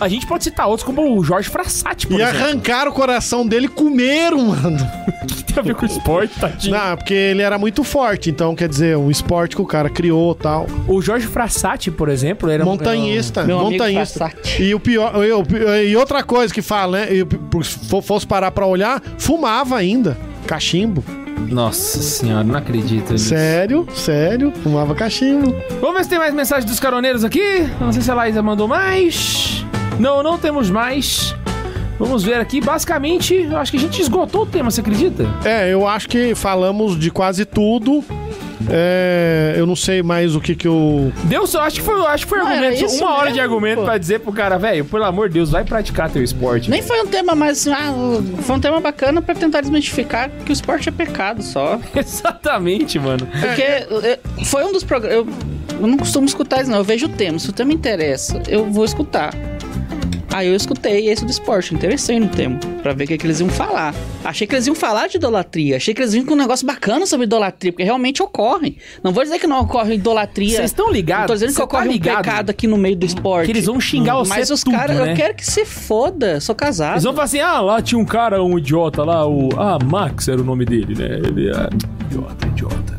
A gente pode citar outros como o Jorge Frassati, por E exemplo. arrancaram o coração dele e comeram, mano. que tem a ver com esporte, tadinho? Não, é porque ele era muito forte. Então, quer dizer, um esporte que o cara criou tal. O Jorge Frassati, por exemplo, era um- Montanhista. Meu amigo montanhista. Passat. E o pior. eu- e outra coisa que fala, né? Eu, se fosse parar pra olhar, fumava ainda. Cachimbo. Nossa senhora, não acredito nisso. Sério, sério. Fumava cachimbo. Vamos ver se tem mais mensagem dos caroneiros aqui. Não sei se a Laísa mandou mais. Não, não temos mais. Vamos ver aqui. Basicamente, eu acho que a gente esgotou o tema, você acredita? É, eu acho que falamos de quase tudo. É, eu não sei mais o que que eu. Deu só, acho que foi, acho que foi Não, era argumento. isso uma hora mesmo, de argumento pô. pra dizer pro cara, velho, pelo amor de Deus, vai praticar teu esporte. Nem foi um tema mais. Ah, foi um tema bacana pra tentar desmistificar que o esporte é pecado só. Exatamente, mano. Porque eh, foi um dos programas. Eu, eu não costumo escutar isso, não. Eu vejo o tema. Se o tema interessa, eu vou escutar. Aí eu escutei esse do esporte, interessei no tema, pra ver o que, que eles iam falar. Achei que eles iam falar de idolatria, achei que eles vinham com um negócio bacana sobre idolatria, porque realmente ocorre. Não vou dizer que não ocorre idolatria. Vocês estão é. Não ligados? tô dizendo que Cê tá ocorre um ligado pecado aqui no meio do esporte. Que eles vão xingar você Mas os tudo, caras, né? eu quero que se foda, sou casado. Eles vão falar assim, ah, lá tinha um cara, um idiota lá, o... Ah, Max era o nome dele, né? Ele é... Idiota, idiota.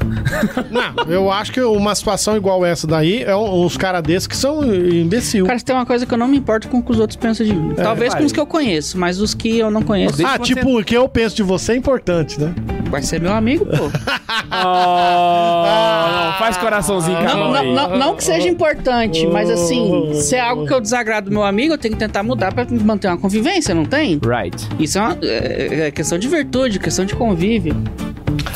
Não, eu acho que uma situação igual essa daí é um- uns caras desses que são imbecil. Cara, se tem uma coisa que eu não me importo com o que os outros pensam de mim. Talvez É, vai. com os que eu conheço, mas os que eu não conheço. deixa ah, você- tipo, o que eu penso de você é importante, né? Vai ser meu amigo, pô. Ah, não, faz coraçãozinho com a Não, mão aí. não, não, não que seja importante, Oh. mas assim, se é algo que eu desagrado meu amigo, eu tenho que tentar mudar pra manter uma convivência, não tem? Right. Isso é, uma, é- é questão de virtude, questão de convívio.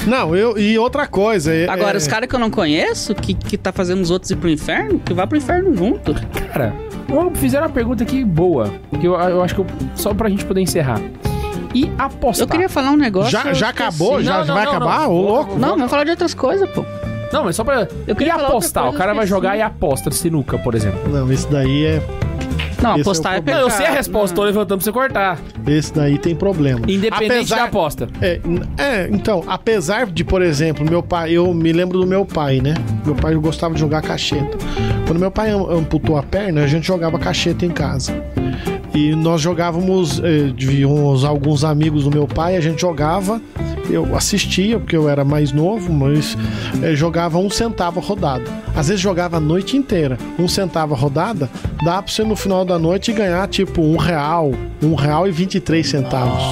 Não, eu. E outra coisa. é- Agora, é- os caras que eu não conheço, que, que tá fazendo os outros ir pro inferno, que vá pro inferno junto. Cara, uma- fizeram uma pergunta aqui boa, que eu, eu acho que eu, só pra gente poder encerrar. E apostar? Eu queria falar um negócio. tá. Já, já eu esqueci. acabou? Já Não, não, vai não, acabar? não. Ô, Vou- louco. Não, vamos falar de outras coisas, pô. Não, mas só pra... Eu e queria falar outra apostar? coisa, O cara vai esqueci. jogar e aposta sinuca, por exemplo. Não, isso daí é. Não, Esse é o apostar é, problema. Não, pecado. eu sei a resposta, tô levantando pra você cortar. Esse daí tem problema. Independente da Apesar- aposta. É, n- é, então, apesar de, por exemplo, meu pai, eu me lembro do meu pai, né? Meu pai gostava de jogar cacheta. Quando meu pai am- amputou a perna, a gente jogava cacheta em casa. E nós jogávamos, eh, de uns- alguns amigos do meu pai, a gente jogava, eu assistia, porque eu era mais novo, mas eh, jogava um centavo a rodada. Às vezes jogava a noite inteira. Um centavo a rodada, dá pra você no final da noite ganhar tipo um real, um real e vinte e três centavos.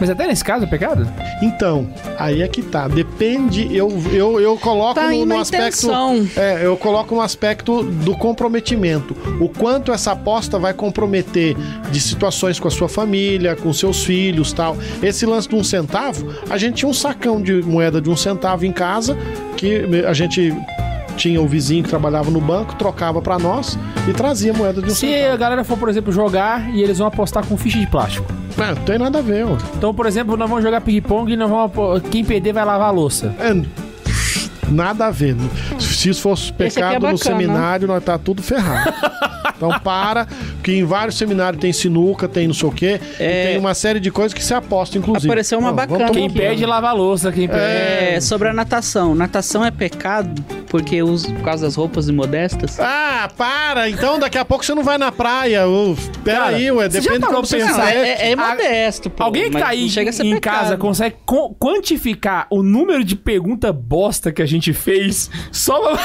Mas até nesse caso é pecado? Então, aí é que tá. Depende, eu, eu, eu coloco Tá no, indo no a aspecto. intenção. É, eu coloco um aspecto do comprometimento. O quanto essa aposta vai comprometer de situações com a sua família, com seus filhos tal. Esse lance de um centavo, a gente tinha um sacão de moeda de um centavo em casa, que a gente tinha o vizinho que trabalhava no banco, trocava pra nós e trazia moeda de um Se a centavo. galera for, por exemplo, jogar e eles vão apostar com ficha de plástico. Ah, não tem nada a ver, ó. Então, por exemplo, nós vamos jogar ping-pong e nós vamos apo- quem perder vai lavar a louça. É, nada a ver. Se isso fosse Esse aqui é pecado bacana. no seminário, nós tá tudo ferrado. então para, que em vários seminários tem sinuca, tem não sei o quê, e É. tem uma série de coisas que se aposta, inclusive. Apareceu uma Não, vamos bacana tomar- Quem aqui, perde, lava a louça. Quem perde. É, sobre a natação. Natação é pecado porque os, por causa das roupas imodestas. Ah, para! Então daqui a pouco você não vai na praia. Uf, Cara, peraí, ué, você já depende do que parou eu pra pensar? Não, pensar. é, é, é modesto, pô. Alguém que mas tá não aí chega a ser em pecado. casa consegue co- quantificar o número de pergunta bosta que a gente fez só pra-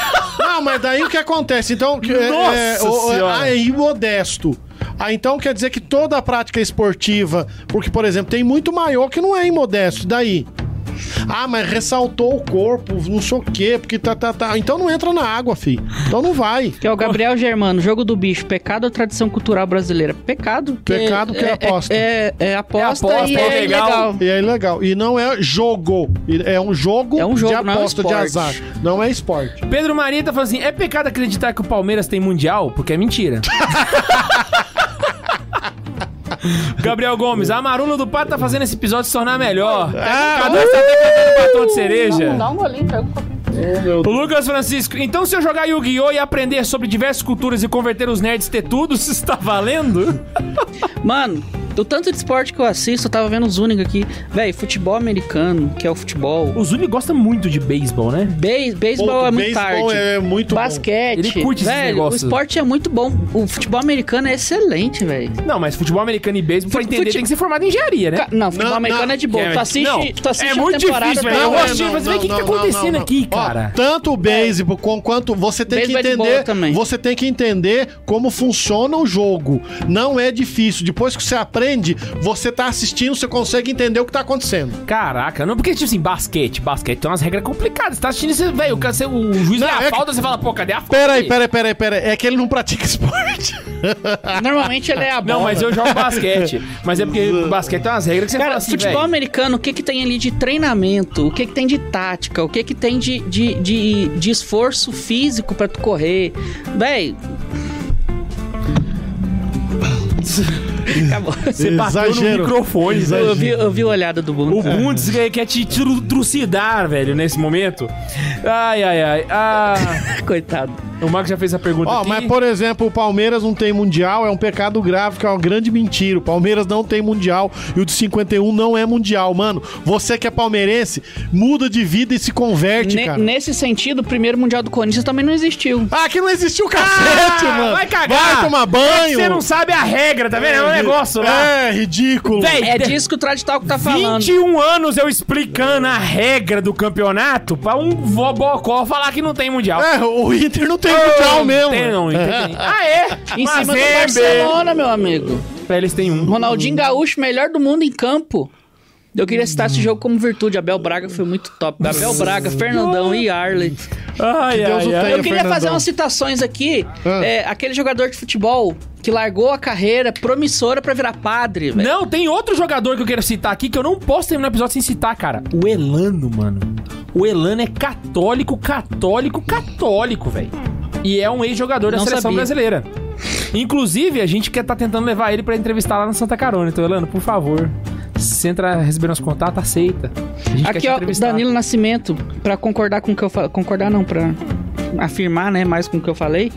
Não, mas daí o que acontece? Então, que, é, Nossa é, o- é, Senhora. ah, é imodesto. Ah, então quer dizer que toda a prática esportiva, porque, por exemplo, tem muito maior que não é imodesto, daí. Ah, mas ressaltou o corpo, não sei o quê, porque tá, tá, tá. Então não entra na água, filho. Então não vai. Que é o Gabriel Germano, jogo do bicho, pecado ou tradição cultural brasileira? Pecado. porque Pecado que é aposta. É, é, é aposta, É aposta, e é é legal. legal. E é legal. E não é jogo. E É um jogo, É um jogo, de não é um aposta, de esporte. azar. Não é esporte. Pedro Maria tá falando assim: é pecado acreditar que o Palmeiras tem mundial? Porque é mentira. Gabriel Gomes, a Marula do Pato tá fazendo esse episódio se tornar melhor. Ah, Cada um tá até cantando batom de cereja. Dá um golinho, pega um copinho. O Lucas Francisco, então se eu jogar Yu-Gi-Oh! e aprender sobre diversas culturas e converter os nerds ter tudo, isso está valendo? Mano, do tanto de esporte que eu assisto, eu tava vendo o Zúñiga aqui. Véi, futebol americano, que é o futebol. O Zuni gosta muito de beisebol, né? Beis- Beisebol Pô, é muito beisebol tarde. é muito bom. Basquete. Ele curte esses velho, negócios. O esporte é muito bom. O futebol americano é excelente, velho. Não, mas futebol americano e beisebol, pra Fute- entender, tem que ser formado em engenharia, né? Ca- Não, futebol Não, americano não. é de boa. Tu assiste, Não, tu assiste é a muito temporada difícil, velho. toda. Eu assisti, mas vem, o que que tá acontecendo aqui, Ó, cara? tanto o beisebol com- quanto você tem que Beisebol é de entender, bola também. você tem que entender como funciona o jogo. Não é difícil. Depois que você aprende, você tá assistindo, você consegue entender o que tá acontecendo. Caraca, não, porque, tipo assim, basquete, basquete tem umas regras complicadas. Você tá assistindo isso, velho, o cara- você- o juiz dá é a que- falta, você fala, pô, cadê a falta? Peraí, peraí, peraí, peraí. É que ele não pratica esporte. Normalmente ele é a bola. Não, mas eu jogo basquete. Mas é porque basquete tem umas regras que você Cara, fala assim, futebol velho. americano, o que que tem ali de treinamento? O que que tem de tática? O que que tem de, de, de, de esforço físico pra tu correr? Véi... Acabou. é Você bateu no Exagero. microfone, velho. Exagero. Eu vi, eu vi a olhada do O Bundes. Bundes que- quer te tru- trucidar, velho, nesse momento. Ai, ai, ai. Ah, Coitado. o Marco já fez a pergunta Ó, aqui. mas por exemplo, o Palmeiras não tem mundial, é um pecado grave, que é uma grande mentira. O Palmeiras não tem mundial e o de 51 não é mundial, mano. Você que é palmeirense, muda de vida e se converte, Ne- cara. nesse sentido, o primeiro Mundial do Corinthians também não existiu. Ah, aqui não existiu cacete, Ah, mano. vai cagar. É Vai tomar banho. Você não sabe a regra, tá vendo? É um negócio lá. É, ridículo. Véi, É disso que o Traditalco tá falando. 21 anos eu explicando a regra do campeonato pra um bocó falar que não tem mundial. É, o Inter não tem mundial mesmo. Tem não, Inter tem. Ah, é? Em Mas cima do é, Barcelona, meu amigo. bem. Pra Eles têm um. Ronaldinho Gaúcho, melhor do mundo em campo. Eu queria citar Hum. esse jogo como virtude. Abel Braga foi muito top. Abel Braga, Fernandão e Arley. Hum. Ai, Deus ai, o ai. tenha. Eu queria Fernandão. fazer umas citações aqui. Ah. É, aquele jogador de futebol que largou a carreira promissora pra virar padre, velho. Não, tem outro jogador que eu quero citar aqui que eu não posso terminar o episódio sem citar, cara. O Elano, mano. O Elano é católico, católico, católico, velho. E é um ex-jogador da Não seleção sabia. brasileira. Inclusive, a gente quer tá tentando levar ele pra entrevistar lá no Senta Carona. Então, Elano, por favor, se entra recebendo os contatos, aceita. A gente quer Aqui, te ó, entrevistar. Danilo Nascimento, pra concordar com o que eu falei. Concordar não, pra afirmar, né, mais com o que eu falei.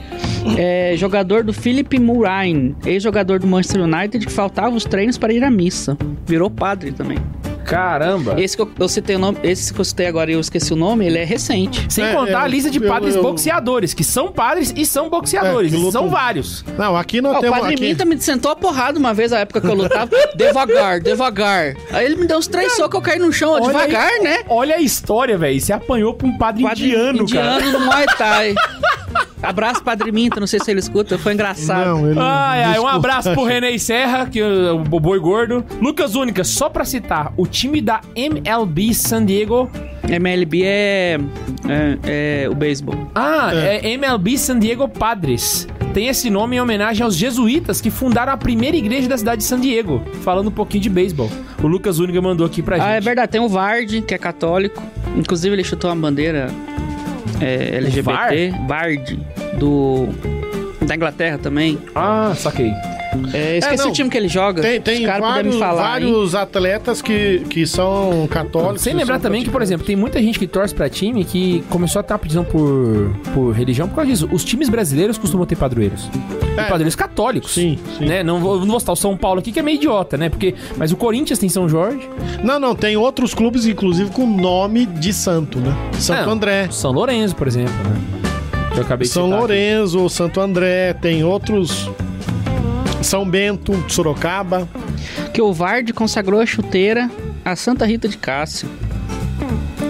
É, jogador do Philip Murain, ex-jogador do Manchester United, que faltava os treinos para ir à missa. Virou padre também. Caramba. É, Esse que eu, eu citei o nome, esse que eu citei agora e eu esqueci o nome, ele é recente. Sem É, contar eu- a lista de eu- padres eu- boxeadores, que são padres e são boxeadores. É, que lutam- São vários. Não, aqui nós Ah, o um temos. padre aqui- Minta me sentou a porrada uma vez na época que eu lutava. devagar, devagar. Aí ele me deu uns três socos, eu caí no chão. ó, Olha aí- Devagar, né? Olha a história, velho. Você apanhou pra um padre, Padre indiano, cara. Indiano no Muay Thai. Abraço, Padre Minta, não sei se ele escuta, foi engraçado. Não, ele. Ai, ai, um desculpa. abraço pro René Serra, que é o boi gordo. Lucas Única, só pra citar, o time da MLB San Diego. MLB é, é- é o beisebol. Ah, É. é. MLB San Diego Padres. Tem esse nome em homenagem aos jesuítas que fundaram a primeira igreja da cidade de San Diego. Falando um pouquinho de beisebol. O Lucas Única mandou aqui pra gente. Ah, é verdade, tem o Vard, que é católico. Inclusive, ele chutou uma bandeira é, LGBT. Vard, do... Da Inglaterra também. Ah, saquei. É, esqueci É, não. o time que ele joga. Tem, tem Os caras puderam vários, me falar. hein? vários atletas que, que são católicos. Sem lembrar são também que, por exemplo, tem muita gente que torce pra time que começou a ter uma petição por, por religião por causa disso. Os times brasileiros costumam ter padroeiros. E É. padroeiros católicos. Sim, sim. Né? Não, vou, não vou citar o São Paulo aqui, que é meio idiota, né? Porque, mas o Corinthians tem São Jorge, Não, não, tem outros clubes, inclusive, com nome de santo, né? Santo Não. André, São Lourenço, por exemplo, né? Que eu acabei de São citar aqui. Lourenço, Santo André, tem outros. São Bento, Sorocaba. Que o Vard consagrou a chuteira a Santa Rita de Cássio.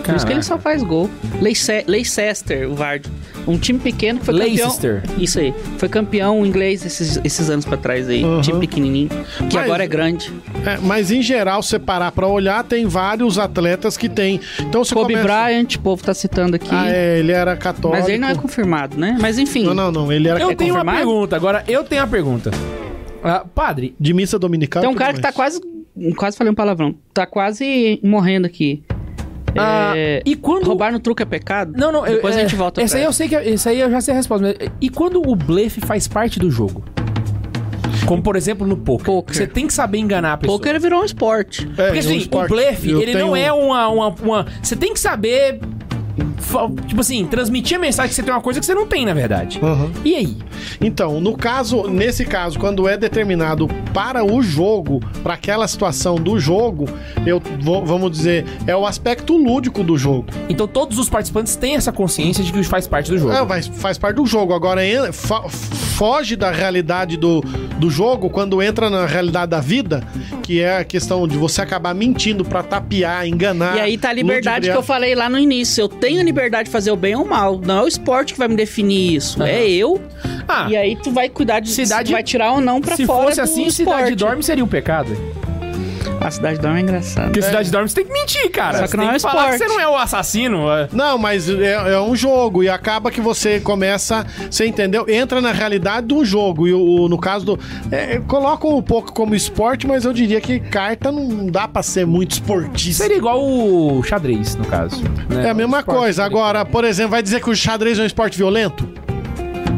Por isso que ele Caraca. só faz gol. Leice- Leicester, o Vard. Um time pequeno que foi Leicester. campeão. Isso aí. Foi campeão inglês esses, esses anos pra trás aí. Uhum. Um time pequenininho. Que Mas- agora é grande. É, mas em geral, se você parar pra olhar, tem vários atletas que tem. Então você Kobe começa... Bryant, o povo tá citando aqui. Ah, é, ele era católico. Mas ele não é confirmado, né? Mas enfim. Não, não, não, ele era Eu É tenho uma confirmado? pergunta, agora eu tenho uma pergunta. Ah, padre, de missa dominical. Tem um e tudo cara que tá mais. quase. Quase falei um palavrão. Tá quase morrendo aqui. ah, É, e quando. Roubar no truque é pecado? Não, não, eu- Depois é, a gente volta Essa pra aí eu sei que essa aí eu já sei a resposta. mas- e quando o blefe faz parte do jogo? Como por exemplo no poker. Poker. Você tem que saber enganar a pessoa. Poker virou um esporte. É, Porque é um assim, o esporte. blefe, Eu ele não tenho- um. é uma, uma, uma- Você tem que saber. fa- Tipo assim, transmitir a mensagem que você tem uma coisa que você não tem, na verdade. Aham. E aí? Então, no caso, nesse caso, quando é determinado para o jogo, para aquela situação do jogo, eu vou- vamos dizer, é o aspecto lúdico do jogo. Então todos os participantes têm essa consciência de que faz parte do jogo. É, mas faz parte do jogo. Agora en- fo- foge da realidade do, do jogo quando entra na realidade da vida, que é a questão de você acabar mentindo pra tapear, Ah, enganar. E aí tá a liberdade ludibriar. que eu falei lá no início. Eu tenho a liberdade de fazer o bem ou o mal. Não é o esporte que vai me definir isso. Aham. É eu. ah, E aí tu vai cuidar de Cidade- se tu vai tirar ou não pra se fora fosse do assim, esporte. cidade dorme seria um pecado. A cidade dorme é engraçada. Porque cidade dorme você tem que mentir, cara. Só que você não tem é que falar que esporte. você não é o assassino. é. Não, mas é, é um jogo e acaba que você começa, você entendeu? Entra na realidade de um jogo e o, no caso do é, colocam um pouco como esporte, mas eu diria que carta não dá pra ser muito esportista. Seria igual o xadrez, no caso. né? É a mesma Esporte, coisa. xadrez. Agora, por exemplo, vai dizer que o xadrez é um esporte violento?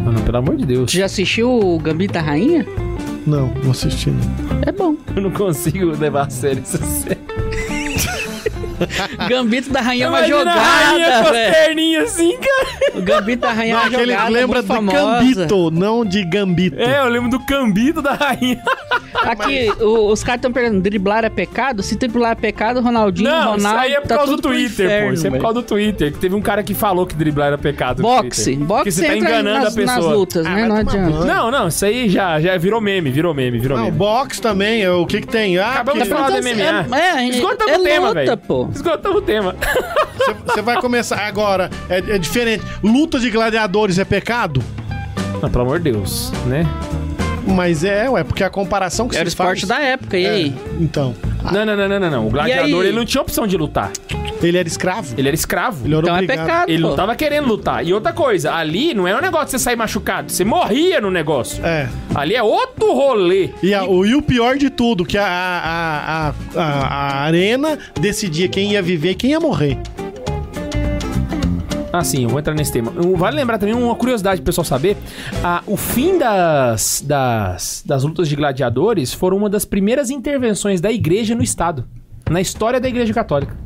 Ah, não, pelo amor de Deus. Tu já assistiu o Gambito da Rainha? Não, não assisti. não. É bom. Eu não consigo levar a sério isso. É Ah. Gambito da Rainha é uma jogada, com as velho. perninhas assim, cara. O Gambito da Rainha Não, é uma aquele jogada lembra muito do famosa. gambito, não de gambito. É, eu lembro do cambito da rainha. Tá Aqui, o- os caras estão perguntando, driblar é pecado? Se driblar é pecado, Ronaldinho, Não, Ronaldo... isso aí é por tá causa do tudo pro Twitter, pô. inferno, Isso é por velho. causa do Twitter. Que teve um cara que falou que driblar era pecado. no Boxe. Twitter. Que Boxe você tá entra aí enganando nas, a nas pessoa. lutas, Ah, né? vai Não tomar adianta. banho. Não, não, isso aí já, já virou meme, virou meme, virou Não, meme. boxe também, é o que que tem? Ah, Acabamos que- de falar do Então, MMA. é- é- Esgotamos é o tema, luta, velho. pô. Esgotamos o tema. você- Você vai começar agora, é, é diferente. Luta de gladiadores é pecado? Não, pelo amor de Deus, né? Mas é, ué, porque a comparação que Era É o se faz... esporte da época, e É, aí? Então, Ah, Não, não, não, não, não, não. O gladiador, aí? ele não tinha opção de lutar. ele era escravo? Ele era escravo. Ele era Então é obrigado. pecado, Ele tá pô. não tava querendo lutar. E outra coisa, ali não é um negócio de você sair machucado. Você morria no negócio. É. Ali é outro rolê. E, a- o, e o pior de tudo, que a, a, a, a, a arena decidia quem ia viver e quem ia morrer. Ah, sim, eu vou entrar nesse tema. Um- Vale lembrar também uma curiosidade pro pessoal saber. Ah, o fim das, das, das lutas de gladiadores foram uma das primeiras intervenções da igreja no Estado. Na história da igreja católica.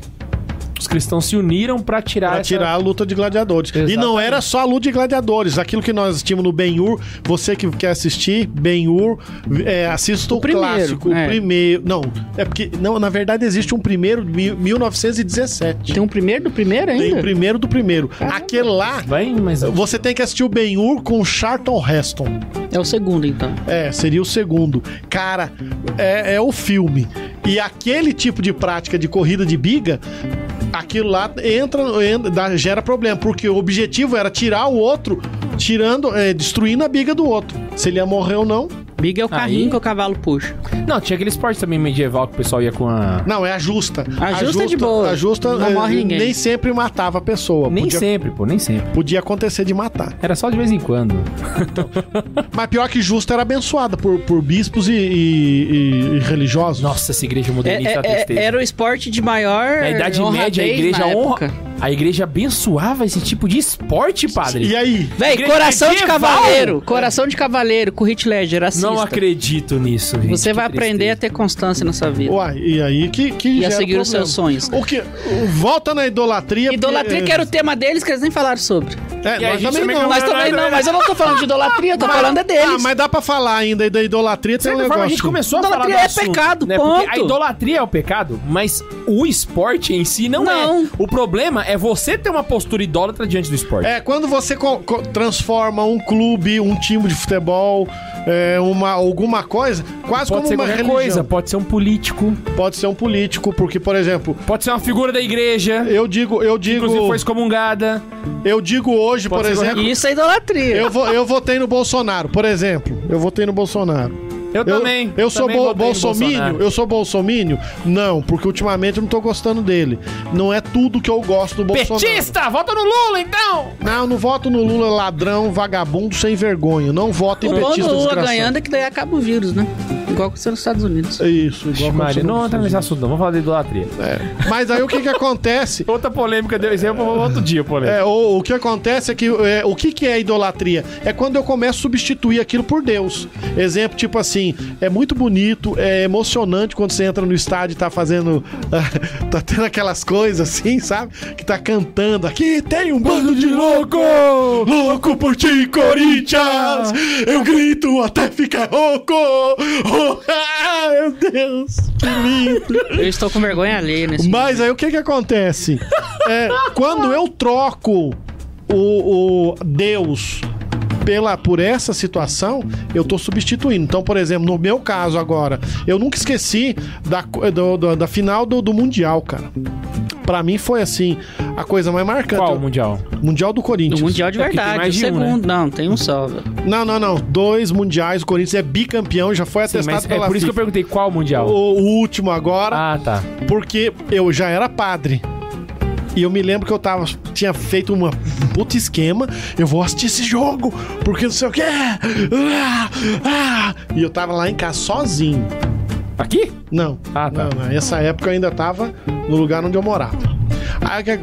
Os cristãos se uniram pra tirar Pra essa- tirar a luta de gladiadores. E não era só a luta de gladiadores. Aquilo que nós assistimos no Ben-Hur, você que quer assistir, Ben-Hur, é, assista o, O primeiro, clássico, é. o primeiro. Não, é porque, não, na verdade existe um primeiro de mil- 1917. Tem um primeiro do primeiro ainda? Tem o primeiro do primeiro. Aquele lá, Vai, mas você tem que assistir o Ben-Hur com o Charlton Heston. É o segundo, então. É, seria o segundo. Cara, é, é o filme. E aquele tipo de prática de corrida de biga, aquilo lá entra, en- dá- gera problema, porque o objetivo era tirar o outro, tirando, é, destruindo a biga do outro. Se ele ia morrer ou não. Big é o carrinho Aí- que o cavalo puxa. Não, tinha aquele esporte também medieval que o pessoal ia com a. Não, é a justa. A justa é de boa. A justa Não é, morre ninguém. nem sempre matava a pessoa. Nem podia, sempre, pô, nem sempre. podia acontecer de matar. Era só de vez em quando. Mas pior que justa era abençoada por, por bispos e, e- e- e religiosos. Nossa, essa igreja É- modernista é, uma é- é- tristeza. era o esporte de maior. Na Idade Média, a honradez igreja na honra. época. A igreja abençoava esse tipo de esporte, padre. E aí? Véi, Igreja coração de medieval? cavaleiro. Coração de cavaleiro, com Hit Ledger, assista. Não acredito nisso, gente. Você que vai aprender tristeza. a ter constância na sua vida. Uai, e aí que, que e a gera seguir os problema. seus sonhos. O que? o- Volta na idolatria. Idolatria que é- era o tema deles, que eles nem falaram sobre. É, E a nós gente também também é, não. não- Mas também não, mas eu não tô falando de idolatria, eu tô falando é deles. Ah, mas dá pra falar ainda da idolatria. De Tem um certa negócio. forma, a gente começou a falar Idolatria do é assunto, pecado, né? Porque ponto. A idolatria é o pecado, mas o esporte em si não, é. Não. O problema é você ter uma postura idólatra diante do esporte. É, quando você co- co- transforma um clube, um time de futebol, é, uma, alguma coisa, Pode quase como ser uma qualquer religião. coisa, pode ser um político, Pode ser um político, porque, por exemplo, pode ser uma figura da igreja, eu digo, eu digo, inclusive foi excomungada. eu digo hoje, Pode por ser exemplo, correto. Isso é idolatria. eu, vo, eu votei no Bolsonaro, por exemplo. Eu votei no Bolsonaro. Eu, também. Eu sou também bo votei no bolsomínio? Bolsonaro. Eu sou bolsomínio? Não, porque ultimamente eu não tô gostando dele. Não é tudo que eu gosto do Bolsonaro. Petista, vota no Lula então! Não, não voto no Lula ladrão, vagabundo, sem vergonha. Não voto em O bom petista do Lula desgraçado. ganhando é que daí acaba o vírus, né? Igual aconteceu nos Estados Unidos. É Isso, igual Vixe, Maria, aconteceu não tá- no- entra nesse assunto, não. Vamos falar de idolatria. É. Mas aí o que que acontece? Outra polêmica deu exemplo outro dia, polêmica. É, o, o que acontece é que é, o que, que é idolatria? É quando eu começo a substituir aquilo por Deus. Exemplo, tipo assim, é muito bonito, é emocionante quando você entra no estádio e tá fazendo. tá tendo aquelas coisas assim, sabe? Que tá cantando aqui, tem um bando de louco! Louco por ti, Corinthians! Eu grito até ficar rouco! Oh, ah, meu Deus! Que lindo! Eu estou com vergonha alheia nesse Mas aí o que que acontece? É, quando eu troco o, o Deus pela por essa situação, eu tô substituindo. Então, por exemplo, no meu caso agora, eu nunca esqueci da, co- do- do- da final do, do Mundial, cara. Pra mim foi assim, a coisa mais marcante. Qual o mundial? Mundial do No Corinthians. Mundial de É porque tem verdade, o mais de um, segundo. né? Não, tem um só, velho. Não, não, não. Dois mundiais, o Corinthians é bicampeão, já foi Sim, atestado mas é pela por isso que eu FIFA. perguntei qual o mundial. o, o último agora. Ah, tá. porque eu já era padre. E eu me lembro que eu tava, tinha feito uma puta esquema. Eu vou assistir esse jogo, porque não sei o quê. Ah, ah. E eu tava lá em casa sozinho. Aqui? Não. Ah, tá. não, não. Essa época eu ainda tava no lugar onde eu morava. Aí, que-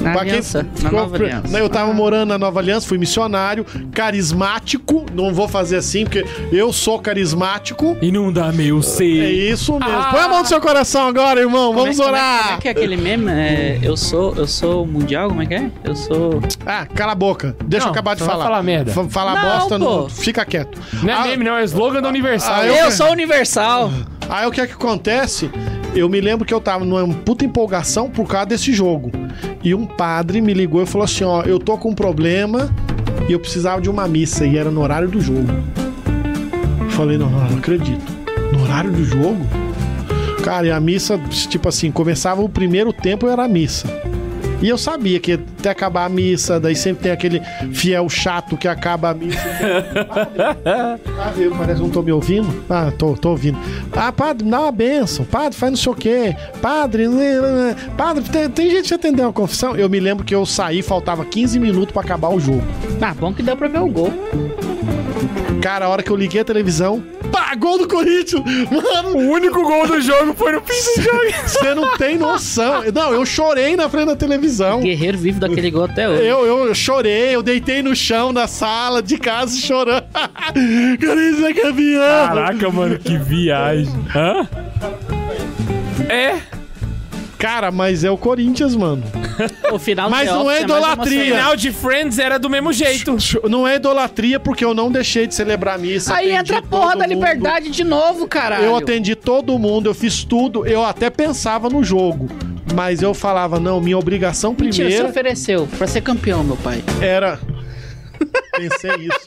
Na pra quem Aliança, na ficou- Nova Aliança. Eu tava morando na Nova Aliança, fui missionário, carismático. Não vou fazer assim, porque eu sou carismático. E não dá meu É ser. isso mesmo. Ah. Põe a mão no seu coração agora, irmão. Como é- Vamos como é- orar. Como é que é aquele meme? É, eu sou, eu sou mundial, como é que é? Eu sou. Ah, cala a boca. Deixa Não, eu acabar de só vai falar. falar merda. Fa- falar Não, bosta, pô. não. Fica quieto. Não é Ah, meme, não. É o slogan da Universal. Ah, eu- eu sou universal. Aí o que é que acontece? Eu me lembro que eu tava numa puta empolgação por causa desse jogo. E um padre me ligou e falou assim: ó, eu tô com um problema e eu precisava de uma missa. E era no horário do jogo. Eu Falei, não, não, não acredito. No horário do jogo? Cara, e a missa, tipo assim, começava o primeiro tempo era a missa. E eu sabia que até acabar a missa, daí sempre tem aquele fiel chato que acaba a missa. Ah, eu parece que não tô me ouvindo. Ah, tô, tô ouvindo. Ah, padre, dá uma benção. Padre, faz não sei o quê. Padre, né, né, né. padre, tem, tem gente que atendeu uma confissão. Eu me lembro que eu saí, faltava 15 minutos pra acabar o jogo. Ah, bom que deu pra ver o gol. Cara, a hora que eu liguei a televisão, pá, gol do Corinthians! Mano, O único gol do jogo foi no fim do jogo. você não tem noção. Não, eu chorei na frente da televisão. Guerreiro vivo daquele gol até hoje. Eu, eu chorei, eu deitei no chão da sala, de casa, chorando. Corinthians é campeão! Caraca, mano, que viagem. Hã? É. Cara, mas é o Corinthians, mano. O final do Mas The não Office é mais idolatria. emocionante. Final de Friends era do mesmo jeito. Não é idolatria porque eu não deixei de celebrar a missa. Aí atendi entra a porra todo da mundo. liberdade de novo, caralho. Eu atendi todo mundo, eu fiz tudo, eu até pensava no jogo. Mas eu falava, não, minha obrigação Mentira, você primeira ofereceu pra ser campeão, meu pai. era. pensei isso.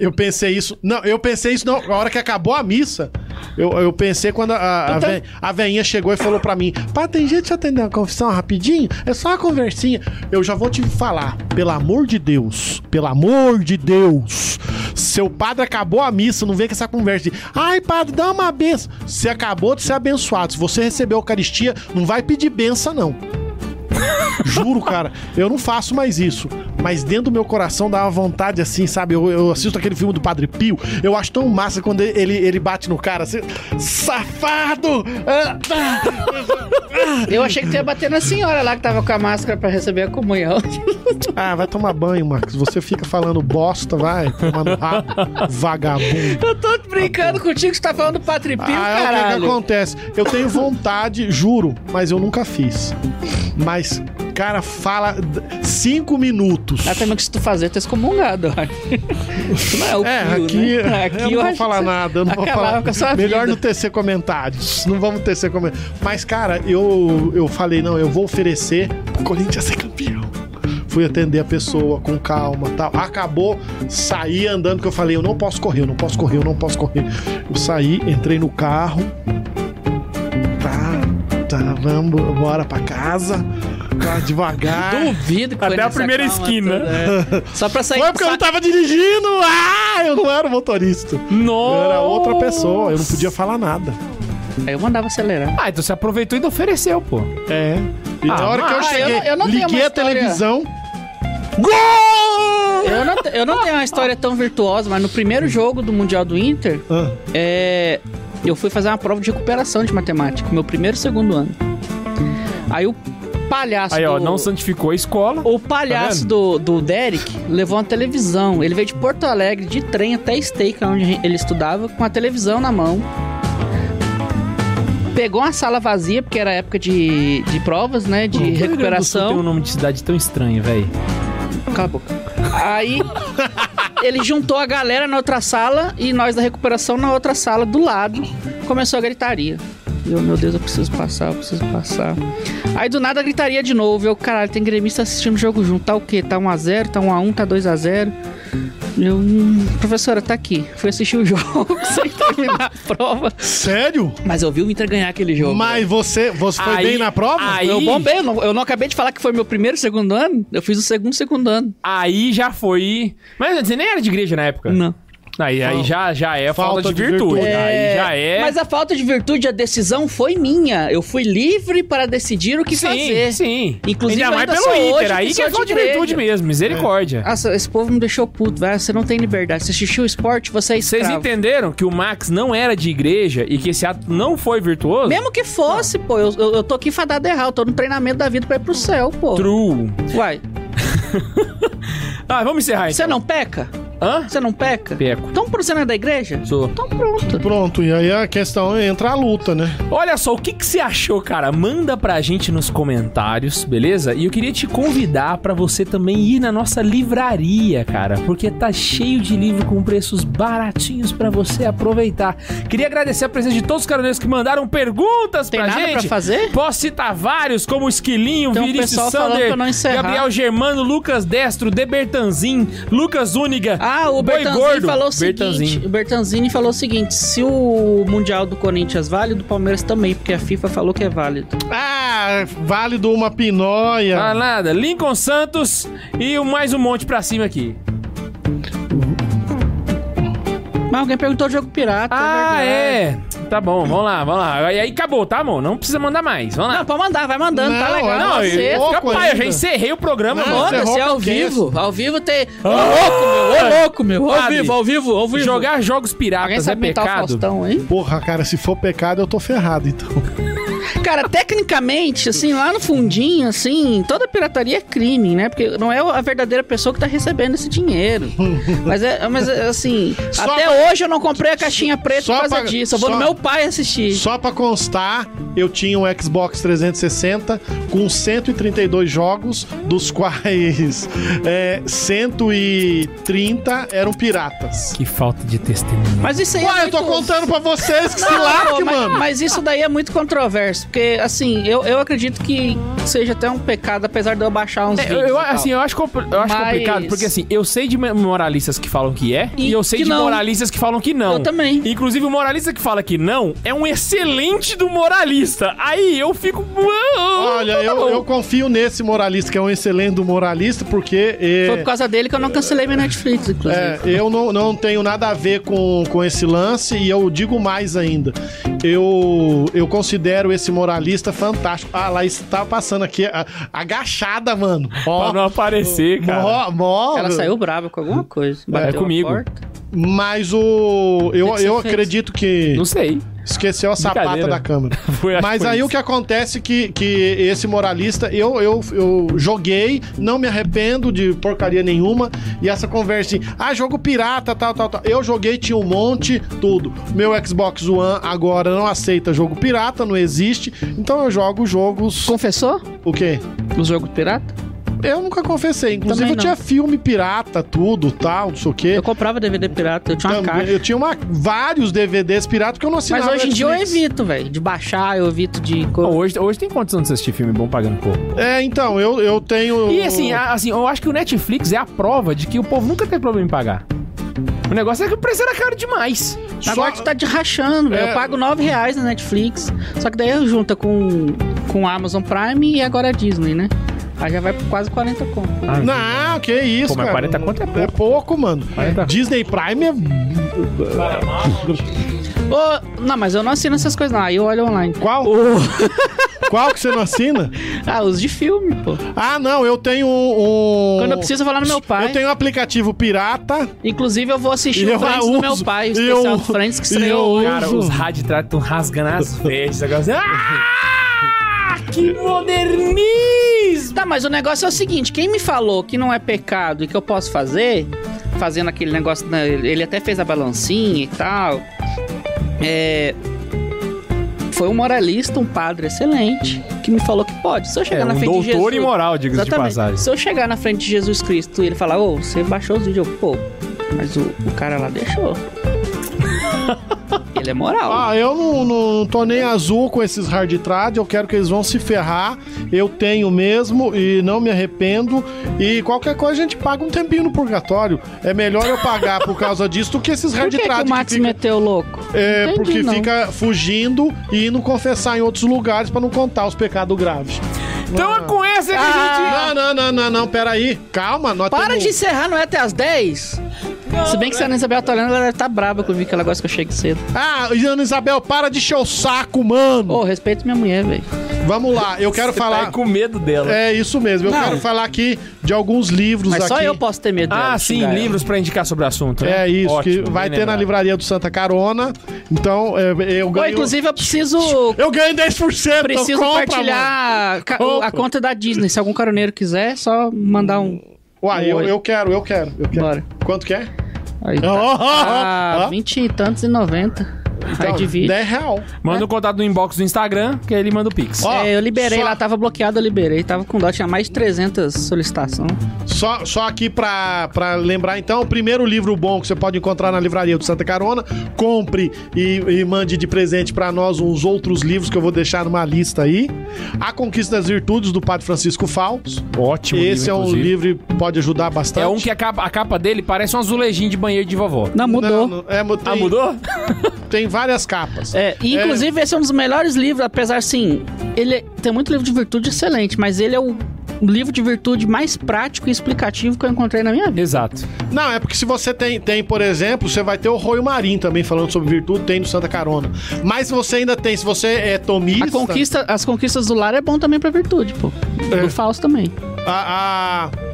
Eu pensei isso. Não, eu pensei isso não. Na hora que acabou a missa, eu, eu pensei quando a, a, a, Então- ve- a veinha chegou e falou pra mim: Pá, tem jeito de atender uma confissão rapidinho? É só uma conversinha. Eu já vou te falar, pelo amor de Deus, pelo amor de Deus, seu padre acabou a missa, não vem com essa conversa de ai, padre, dá uma benção. Você acabou de ser abençoado. Se você recebeu a Eucaristia, não vai pedir benção, não. Juro, cara, eu não faço mais isso. Mas dentro do meu coração dá uma vontade assim, sabe? Eu, eu assisto aquele filme do Padre Pio, eu acho tão massa quando ele, ele bate no cara assim. Safado! Ah, ah. Eu achei que tu ia bater na senhora lá que tava com a máscara pra receber a comunhão. Ah, vai tomar banho, Marcos. Você fica falando bosta, vai tomar no rabo, vagabundo. Eu tô brincando contigo, que tu tá falando do Patri Pio, Ah, é o que que, caralho. acontece? Eu tenho vontade, juro, mas eu nunca fiz. Mas, cara, fala d- cinco minutos. Ah, também que se tu fazer, tu é excomungado. ó. Tu não é o É, Pio, aqui, né? eu não vou acho falar que você nada, eu não vou acabava falar. com a sua Melhor vida. não tecer comentários. Não vamos tecer comentários. Mas, cara, eu, eu falei, não, eu vou oferecer o Corinthians ser campeão. Fui atender a pessoa com calma tal. Acabou, saí andando, que eu falei, eu não posso correr, eu não posso correr, eu não posso correr. Eu saí, entrei no carro. Tá, tá, vamos, bora pra casa. Tá devagar. Duvido que foi Até a nessa primeira calma esquina. toda, é. Só pra sair Foi porque eu não tava dirigindo! Ah! Eu não era o motorista. Eu Nossa. era outra pessoa, eu não podia falar nada. Aí eu mandava acelerar. Ah, então você aproveitou e ainda ofereceu, pô. É. E na Ah, hora que eu mas- Ah, eu cheguei, não- eu não tenho liguei uma a história- televisão. Gol! Eu não, eu não tenho uma história tão virtuosa, mas no primeiro jogo do Mundial do Inter, Ah, é, eu fui fazer uma prova de recuperação de matemática, meu primeiro e segundo ano. Aí o palhaço. Aí, ó, do- não Tá santificou a escola. O palhaço do, do Derek levou uma televisão. Ele veio de Porto Alegre de trem até Steak, onde ele estudava, com a televisão na mão. Pegou uma sala vazia, porque era época de, de provas, né? De Por que o Rio Grande do Sul recuperação. Tem um nome de cidade tão estranho, velho. Cala a boca. Aí ele juntou a galera na outra sala e nós da recuperação na outra sala do lado. Começou a gritaria. Eu, meu Deus, eu preciso passar, eu preciso passar. Aí do nada a gritaria de novo. Eu, caralho, tem gremista assistindo o jogo junto. Tá o quê? Tá 1x0, tá 1x1, tá 2x0. Eu, hum, professora, tá aqui. Fui assistir o jogo sem terminar a prova. sério? Mas eu vi o Inter ganhar aquele jogo. Mas você, você foi Aí- bem na prova? aí- Eu bombei, eu não, eu não acabei de falar que foi meu primeiro e segundo ano. Eu fiz o segundo e segundo ano. Aí já foi. Mas você nem era de igreja na época. Não. Aí, aí Fal- já, já é falta, falta de de virtude. virtude. Aí já é. Mas a falta de virtude, a decisão foi minha. Eu fui livre para decidir o que sim, fazer. sim. Inclusive, ainda mais ainda pelo sou hoje Inter. que Aí que sou é de É. falta de igreja. virtude mesmo. Misericórdia. Nossa, esse povo me deixou puto, velho. Você não tem liberdade. Você assistiu o esporte, você é Vocês escravo. entenderam que o Max não era de igreja e que esse ato não foi virtuoso? Mesmo que fosse, pô. Eu, eu, eu tô aqui fadado errado. Tô no treinamento da vida pra ir pro céu, pô. True. Uai, Ah, vamos encerrar você então. não peca? Hã? Você não peca? Peco. Então, por você não é da igreja? Sou. Então, pronto. Pronto, e aí a questão é entrar a luta, né? Olha só, o que, que você achou, cara? Manda pra gente nos comentários, beleza? E eu queria te convidar pra você também ir na nossa livraria, cara, porque tá cheio de livro com preços baratinhos pra você aproveitar. Queria agradecer a presença de todos os caroneiros que mandaram perguntas Tem pra nada gente. pra fazer? Posso citar vários, como o Esquilinho, Tem um Vinícius pessoal falando Sander, pra não encerrar. Gabriel Germano, Lucas Destro, Debertanzin, Lucas Úniga. Ah, o Boi Bertanzini gordo. falou o seguinte. Bertanzini. O Bertanzini falou o seguinte: se o Mundial do Corinthians vale, o do Palmeiras também, porque a FIFA falou que é válido. Ah, válido uma pinóia. Ah, nada. Lincoln Santos e mais um monte pra cima aqui. Mas alguém perguntou o jogo pirata. Ah, verdade. é. Tá bom, vamos lá, vamos lá. E aí acabou, tá, amor? Não precisa mandar mais. Vamos lá. Não, pode mandar, vai mandando, tá Não, legal. não, você. eu- eu, pouco rapaz, eu já ainda. encerrei o programa, Não, mano. você- Foda-se, é ao roca o cast. vivo. Ao vivo tem. Ô, louco, meu, ô, louco, meu. Ao Sabe? vivo, ao vivo, ao vivo. Jogar jogos Alguém piratas é sabe imitar o pecado. Faustão, hein? Porra, cara, se for pecado, eu tô ferrado, então. Cara, tecnicamente, assim, lá no fundinho, assim, toda pirataria é crime, né? Porque não é a verdadeira pessoa que tá recebendo esse dinheiro. Mas, é, mas é, assim, Só até pra- hoje eu não comprei a caixinha preta só por causa pra- disso. Eu vou só- no meu pai assistir. Só pra constar, eu tinha um Xbox 360 com 132 jogos, dos quais é, 130 eram piratas. Que falta de testemunho. Mas isso aí é Ué, eu tô muito- contando pra vocês que se Não, lasque, mas, mano. mas isso daí é muito controverso, porque assim, eu, eu acredito que seja até um pecado, apesar de eu baixar uns É, vídeos. eu, e eu, tal. assim, eu acho, compl- eu acho Mas- complicado, porque assim, eu sei de me- moralistas que falam que é, e, E eu sei que de não. moralistas que falam que não. Eu também. Inclusive, o moralista que fala que não é um excelente do moralista. Aí eu fico. tá Olha, eu, eu confio nesse moralista, que é um excelente moralista, porque. é, Foi por causa dele que eu não cancelei minha Netflix, inclusive. É, eu não, não tenho nada a ver com, com esse lance e eu digo mais ainda. Eu, eu considero esse moralista fantástico. Ah, lá está passando aqui a- agachada, mano. Pra não Ó, aparecer, cara. mó, mó, Ela saiu brava com alguma coisa. Bateu a comigo. porta. Mas o. O que Eu, que você eu fez? acredito que. Não sei. Esqueceu a sapata Brincadeira. da câmera. Foi, acho Mas que foi aí isso. o que acontece é que, que esse moralista, eu, eu, eu joguei, não me arrependo de porcaria nenhuma. E essa conversa assim, ah, jogo pirata, tal, tal, tal. Eu joguei, tinha um monte, tudo. Meu Xbox One agora não aceita jogo pirata, não existe. Então eu jogo jogos. Confessou? O quê? O jogo pirata? Eu nunca confessei. Inclusive, Também eu não. tinha filme pirata, tudo, tal, não sei o quê. Eu comprava DVD pirata, eu tinha uma Também- caixa. eu tinha uma, vários DVDs pirata que eu não assinava. Mas hoje em dia eu Netflix. evito, velho. De baixar, eu evito de. Não, hoje, hoje tem condição de você assistir filme bom pagando pouco. É, então, eu, eu tenho. E assim, a- assim, eu acho que o Netflix é a prova de que o povo nunca tem problema em pagar. O negócio é que o preço era caro demais. Agora só- tu tá de rachando, velho. É. Eu pago 9 reais na Netflix. Só que daí eu junta com, com a Amazon Prime e agora a Disney, né? Aí já vai por quase 40 conto. Não, que isso, Ah, Pô, mas cara. 40 conto é pouco. mano. 40 Disney Prime é. Ô, não, mas eu não assino essas coisas, não. Aí eu olho online. Qual? Qual que você não assina? Ah, os de filme, pô. Ah, não, eu tenho um. um- Quando eu preciso, eu vou lá no meu pai. Eu tenho um aplicativo pirata. Inclusive, eu vou assistir E eu o Friends uso. do meu pai, o E especial eu- do Friends que e eu estreou hoje. Cara, Uso. os raditratos estão rasgando as vestes. Agora assim, ah, que modernismo! Tá, mas o negócio é o seguinte: quem me falou que não é pecado e que eu posso fazer, fazendo aquele negócio, né, ele até fez a balancinha e tal. É. Foi um moralista, um padre excelente, que me falou que pode. Se eu chegar É, na um frente de Jesus. doutor imoral, diga-se de Exatamente. passagem. Se eu chegar na frente de Jesus Cristo e ele falar, ô, você baixou os vídeos, eu, pô, mas o, o cara lá deixou. ele é moral. Ah, eu não, não tô nem azul com esses hard trad, eu quero que eles vão se ferrar. Eu tenho mesmo e não me arrependo. E qualquer coisa a gente paga um tempinho no purgatório. É melhor eu pagar por causa disso do que esses Por hard que, que trad o Max fica- meteu louco? É, Entendi, porque não. fica fugindo e indo confessar em outros lugares pra não contar os pecados graves. Então é com essa que Ah, a Não, não, não, não, não, peraí. Calma, nós Para temos- de encerrar, não é até as 10? Se bem que se a Ana Isabel tá olhando, ela deve tá braba que eu vi que ela gosta que eu chegue cedo. Ah, Ana Isabel, para de encher o saco, mano. Ô, respeito minha mulher, velho. Vamos lá, eu quero gente tá falar... aí com medo dela. É isso mesmo, eu Não. quero falar aqui de alguns livros Mas aqui. só eu posso ter medo dela, Ah, sim, xingar ela. livros pra indicar sobre o assunto. né? É isso, Ótimo, que vai bem ter na lembrado. livraria do Santa Carona. Então, é, eu Ô, ganho... inclusive eu preciso... Eu ganho 10%, Preciso então compra, mano. compartilhar ca- Compra. a conta da Disney. Se algum caroneiro quiser, é só mandar um. Uai, eu, eu quero, eu quero, eu quero. Bora. Quanto que é? Aí, tá. Ó, ó, ó, Ah, ó. 20 e tantos e 90. Aí divide. 10 Então, real. Manda o contato no inbox do Instagram, que aí ele manda o Pix. Ó, É, eu liberei só- lá, tava bloqueado, eu liberei. Tava com dó, tinha mais de 300 solicitações. Só, só aqui pra, pra lembrar, então, o primeiro livro bom que você pode encontrar na livraria do Santa Carona, compre e, e mande de presente pra nós uns outros livros que eu vou deixar numa lista aí. A Conquista das Virtudes, do Padre Francisco Faus. Ótimo Esse livro, é um inclusive. livro que pode ajudar bastante. É um que a capa, a capa dele parece um azulejinho de banheiro de vovó. Não, mudou. Não, não, é, mu- tem, Ah, mudou? Tem várias capas. É, e inclusive esse é um dos melhores livros, apesar assim, ele é- tem muito livro de virtude excelente, mas ele é o livro de virtude mais prático e explicativo que eu encontrei na minha vida. Exato. Não, é porque se você tem, tem, por exemplo, você vai ter o Roio Marim também falando sobre virtude, tem no Santa Carona. Mas você ainda tem, se você é tomista... A conquista, as conquistas do lar é bom também pra virtude, pô. É. Do falso também. a- a-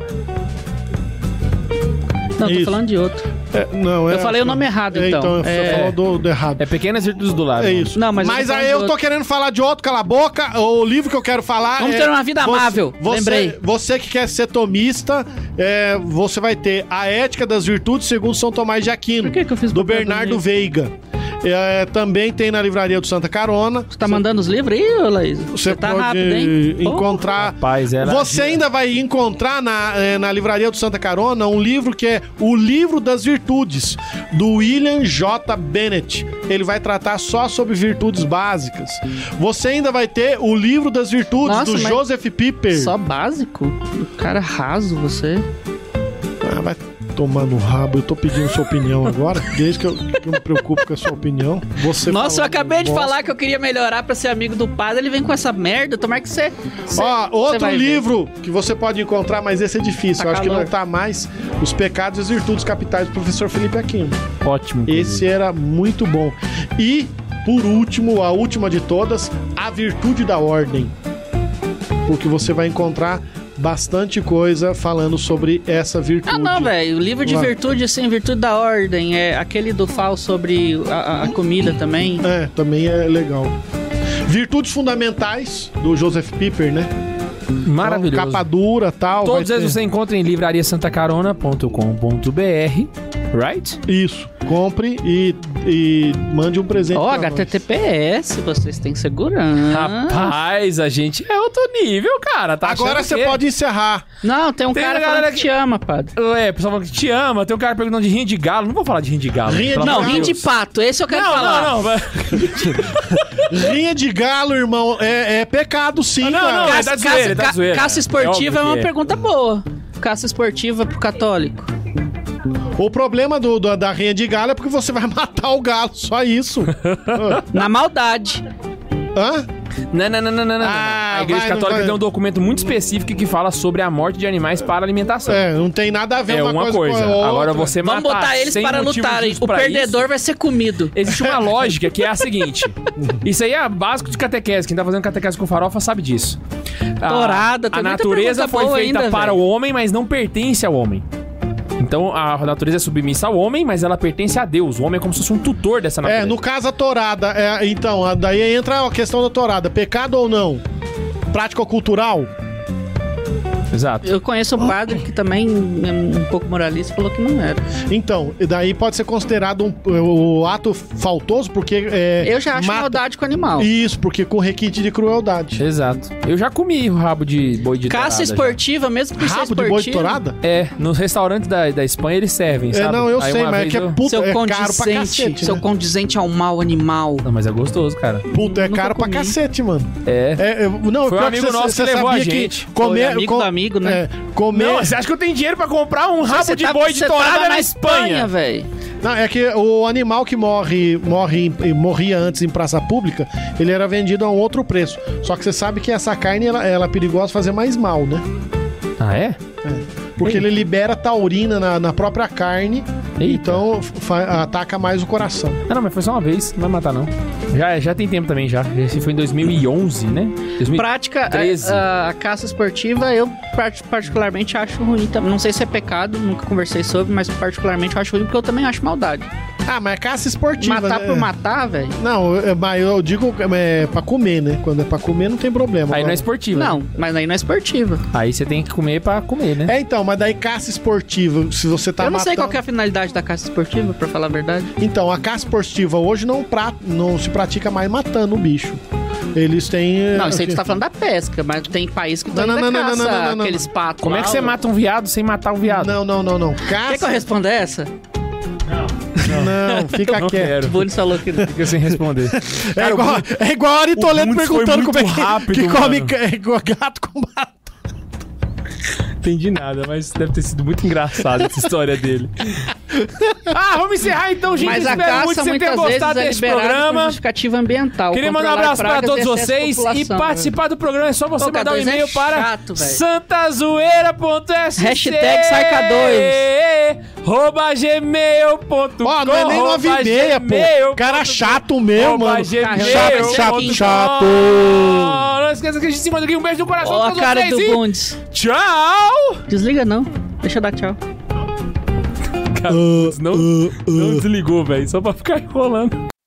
Não, Isso. tô falando de outro. É, não, é, Eu falei o nome errado, é, então. você É. falou do, do errado. É pequenas virtudes do lado. É isso. Não, mas eu tô aí falando eu do tô querendo falar de outro, cala a boca. O livro que eu quero falar. Vamos é- ter uma vida amável, Você, lembrei. Você que quer ser tomista, é, você vai ter A Ética das Virtudes, segundo São Tomás de Aquino. Por que que eu fiz Do papel do Bernardo livro? Veiga. É, também tem na livraria do Santa Carona. Você tá mandando os livros aí, ô Laís? Você tá pode rápido, hein? encontrar. Rapaz, era- Você ainda vai encontrar na, eh, na livraria do Santa Carona um livro que é O Livro das Virtudes, do William J. Bennett. Ele vai tratar só sobre virtudes básicas. Você ainda vai ter o Livro das Virtudes, Nossa, do mas- Joseph Piper. Só básico? Cara raso, você. Ah, vai tomar no rabo, eu tô pedindo sua opinião agora, desde que eu, que eu me preocupo com a sua opinião. Você Nossa, eu falou acabei de bosta. falar que eu queria melhorar pra ser amigo do padre, ele vem com essa merda. Tomara que você. você- é Ó, você outro vai ver. livro que você pode encontrar, mas esse é difícil. Tá eu acho que calor. não tá mais. Os Pecados e as Virtudes Capitais do professor Felipe Aquino. Ótimo. Esse era muito bom. E, por último, a última de todas, A Virtude da Ordem. Porque você vai encontrar bastante coisa falando sobre essa virtude. Ah, não, velho. O livro de Vai. virtude, assim, virtude da ordem. É aquele do Fal sobre a, a- a comida também. É, também é legal. Virtudes Fundamentais, do Joseph Piper, né? Maravilhoso. Então, capa dura tal. Todos vai eles ter- você encontra em livrariasantacarona.com.br, right? Isso. Compre e, e mande um presente. Ó, pra nós. HTTPS, vocês têm segurança. Rapaz, a gente é outro nível, cara. Tá Agora achando você o quê? pode encerrar. Não, tem um Tem cara a galera falando que que- te ama, padre. É, pessoal falando que te ama. Tem um cara perguntando de rinha de galo. Não vou falar de rinha de galo. Rinha pelo de amor Não, galo. rim Deus. de pato, esse eu quero Não, falar. não, não, vai- Rinha de galo, irmão, é, é pecado sim, Ah, não, cara. não, é da zoeira, é da ca- zoeira. caça É óbvio esportiva é, uma que é. pergunta boa. Caça esportiva pro católico. O problema do, do- da rinha de galo é porque você vai matar o galo, só isso. Na maldade. Hã? Não, não, não, não, não, não. Ah, a Igreja vai, não Católica vai. tem um documento muito específico que fala sobre a morte de animais para alimentação. É, É, não tem nada a ver uma, coisa. com a outra. Agora você matar Vamos botar eles sem para motivo lutarem. justo O pra perdedor isso, vai ser comido. Existe uma lógica que é a seguinte. Isso aí é básico de catequese. Quem tá fazendo catequese com farofa sabe disso. A- Dourada, tem A, muita natureza pergunta foi boa feita ainda, para velho. o homem, mas não pertence ao homem. Então a natureza é submissa ao homem, mas ela pertence a Deus. O homem é como se fosse um tutor dessa natureza. É, no caso a torada. é, então, a- daí entra a questão da torada. Pecado ou não? Prática cultural? Exato. Eu conheço um padre que também é um pouco moralista e falou que não era. Então, e daí pode ser considerado um, o ato faltoso, porque. é, Eu já acho mata- maldade com animal. Isso, porque com requinte de crueldade. Exato. Eu já comi o rabo de boi de Caça dourada já. esportiva, mesmo por ser Rabo de boi de esportiva. torada? É, nos restaurantes da, da Espanha eles servem, É, sabe? não, eu Aí sei, uma mas é vez que é eu- puta, Seu é caro pra condizente, cacete. seu né? condizente ao mal animal. Não, mas é gostoso, cara. Puta, é Nunca caro pra comi. cacete, mano. É. É, eu- não, Foi um pior amigo nosso que sabia levou a gente. Comer, Foi amigo do amigo, né? é, comer. Não, você acha que eu tenho dinheiro pra comprar um rabo Você de tá- boi de você é torada tava na Espanha? velho. Não, é que o animal que morre, morre em- morria antes em praça pública, ele era vendido a um outro preço. Só que você sabe que essa carne ela, ela é perigosa fazer mais mal, né? Ah, é? Porque ele libera taurina na, na própria carne, Eita. então fa- ataca mais o coração. Ah, não, mas foi só uma vez. Não vai matar, não. Já, já tem tempo também, já. Esse foi em 2011, né? 2000... Prática, é, Treze. a, a caça esportiva, eu part- particularmente acho ruim. também. Não sei se é pecado, nunca conversei sobre, mas particularmente eu acho ruim porque eu também acho maldade. Ah, mas é caça esportiva. matar né? por matar, velho? Não, é, mas eu digo é, pra comer, né? Quando é pra comer não tem problema. Aí não é Agora- esportivo. Não, mas aí não é esportiva. Aí você tem que comer pra comer, né? É, então, mas daí caça esportiva, se você tá eu não sei matando- qual que é a finalidade da caça esportiva, pra falar a verdade. Então, a caça esportiva hoje não, pra- não se pratica mais matando o bicho. Eles têm. eh, Não, isso aí o tu quê? tá falando da pesca, mas tem país que Não, também não, ainda não, não, caça não, não, não, não. aqueles patos. Como é que lá, você ó. mata um viado sem matar um viado? assim, Não, não, não, não. Quer que eu Caça. responda essa? Não, fica Não quieto. quero. O Bones falou que não. Fica sem responder. É Cara, o igual, é igual a Aritoleto o Bundes foi perguntando muito como é que, rápido, que come mano. ca- é igual gato com batata. entendi nada, mas deve ter sido muito engraçado essa história dele. ah, vamos encerrar então, gente. Mas a Espero muito que caça você tenha muitas gostado vezes é desse liberada por programa. justificativa ambiental. Queria mandar um controlar abraço para pragas todos e excesso de vocês e população, né? participar do programa. É só você Ô, mandar um K2 é e-mail para chato, velho. santazoeira.sc Hashtag saca dois. arroba gmail.com Ó, não é nem arroba nove e meia, pô. gmail. Cara chato meu, Arroba mano. gmail. Chato, chato, ponto chato. com. Não esqueça que a gente se manda aqui. Um beijo no coração Ó pra a todos cara do vocês e Bundes. Tchau! Desliga não. Deixa eu dar tchau. Uh, Cabelos. Não, não desligou, velho. Só pra ficar enrolando.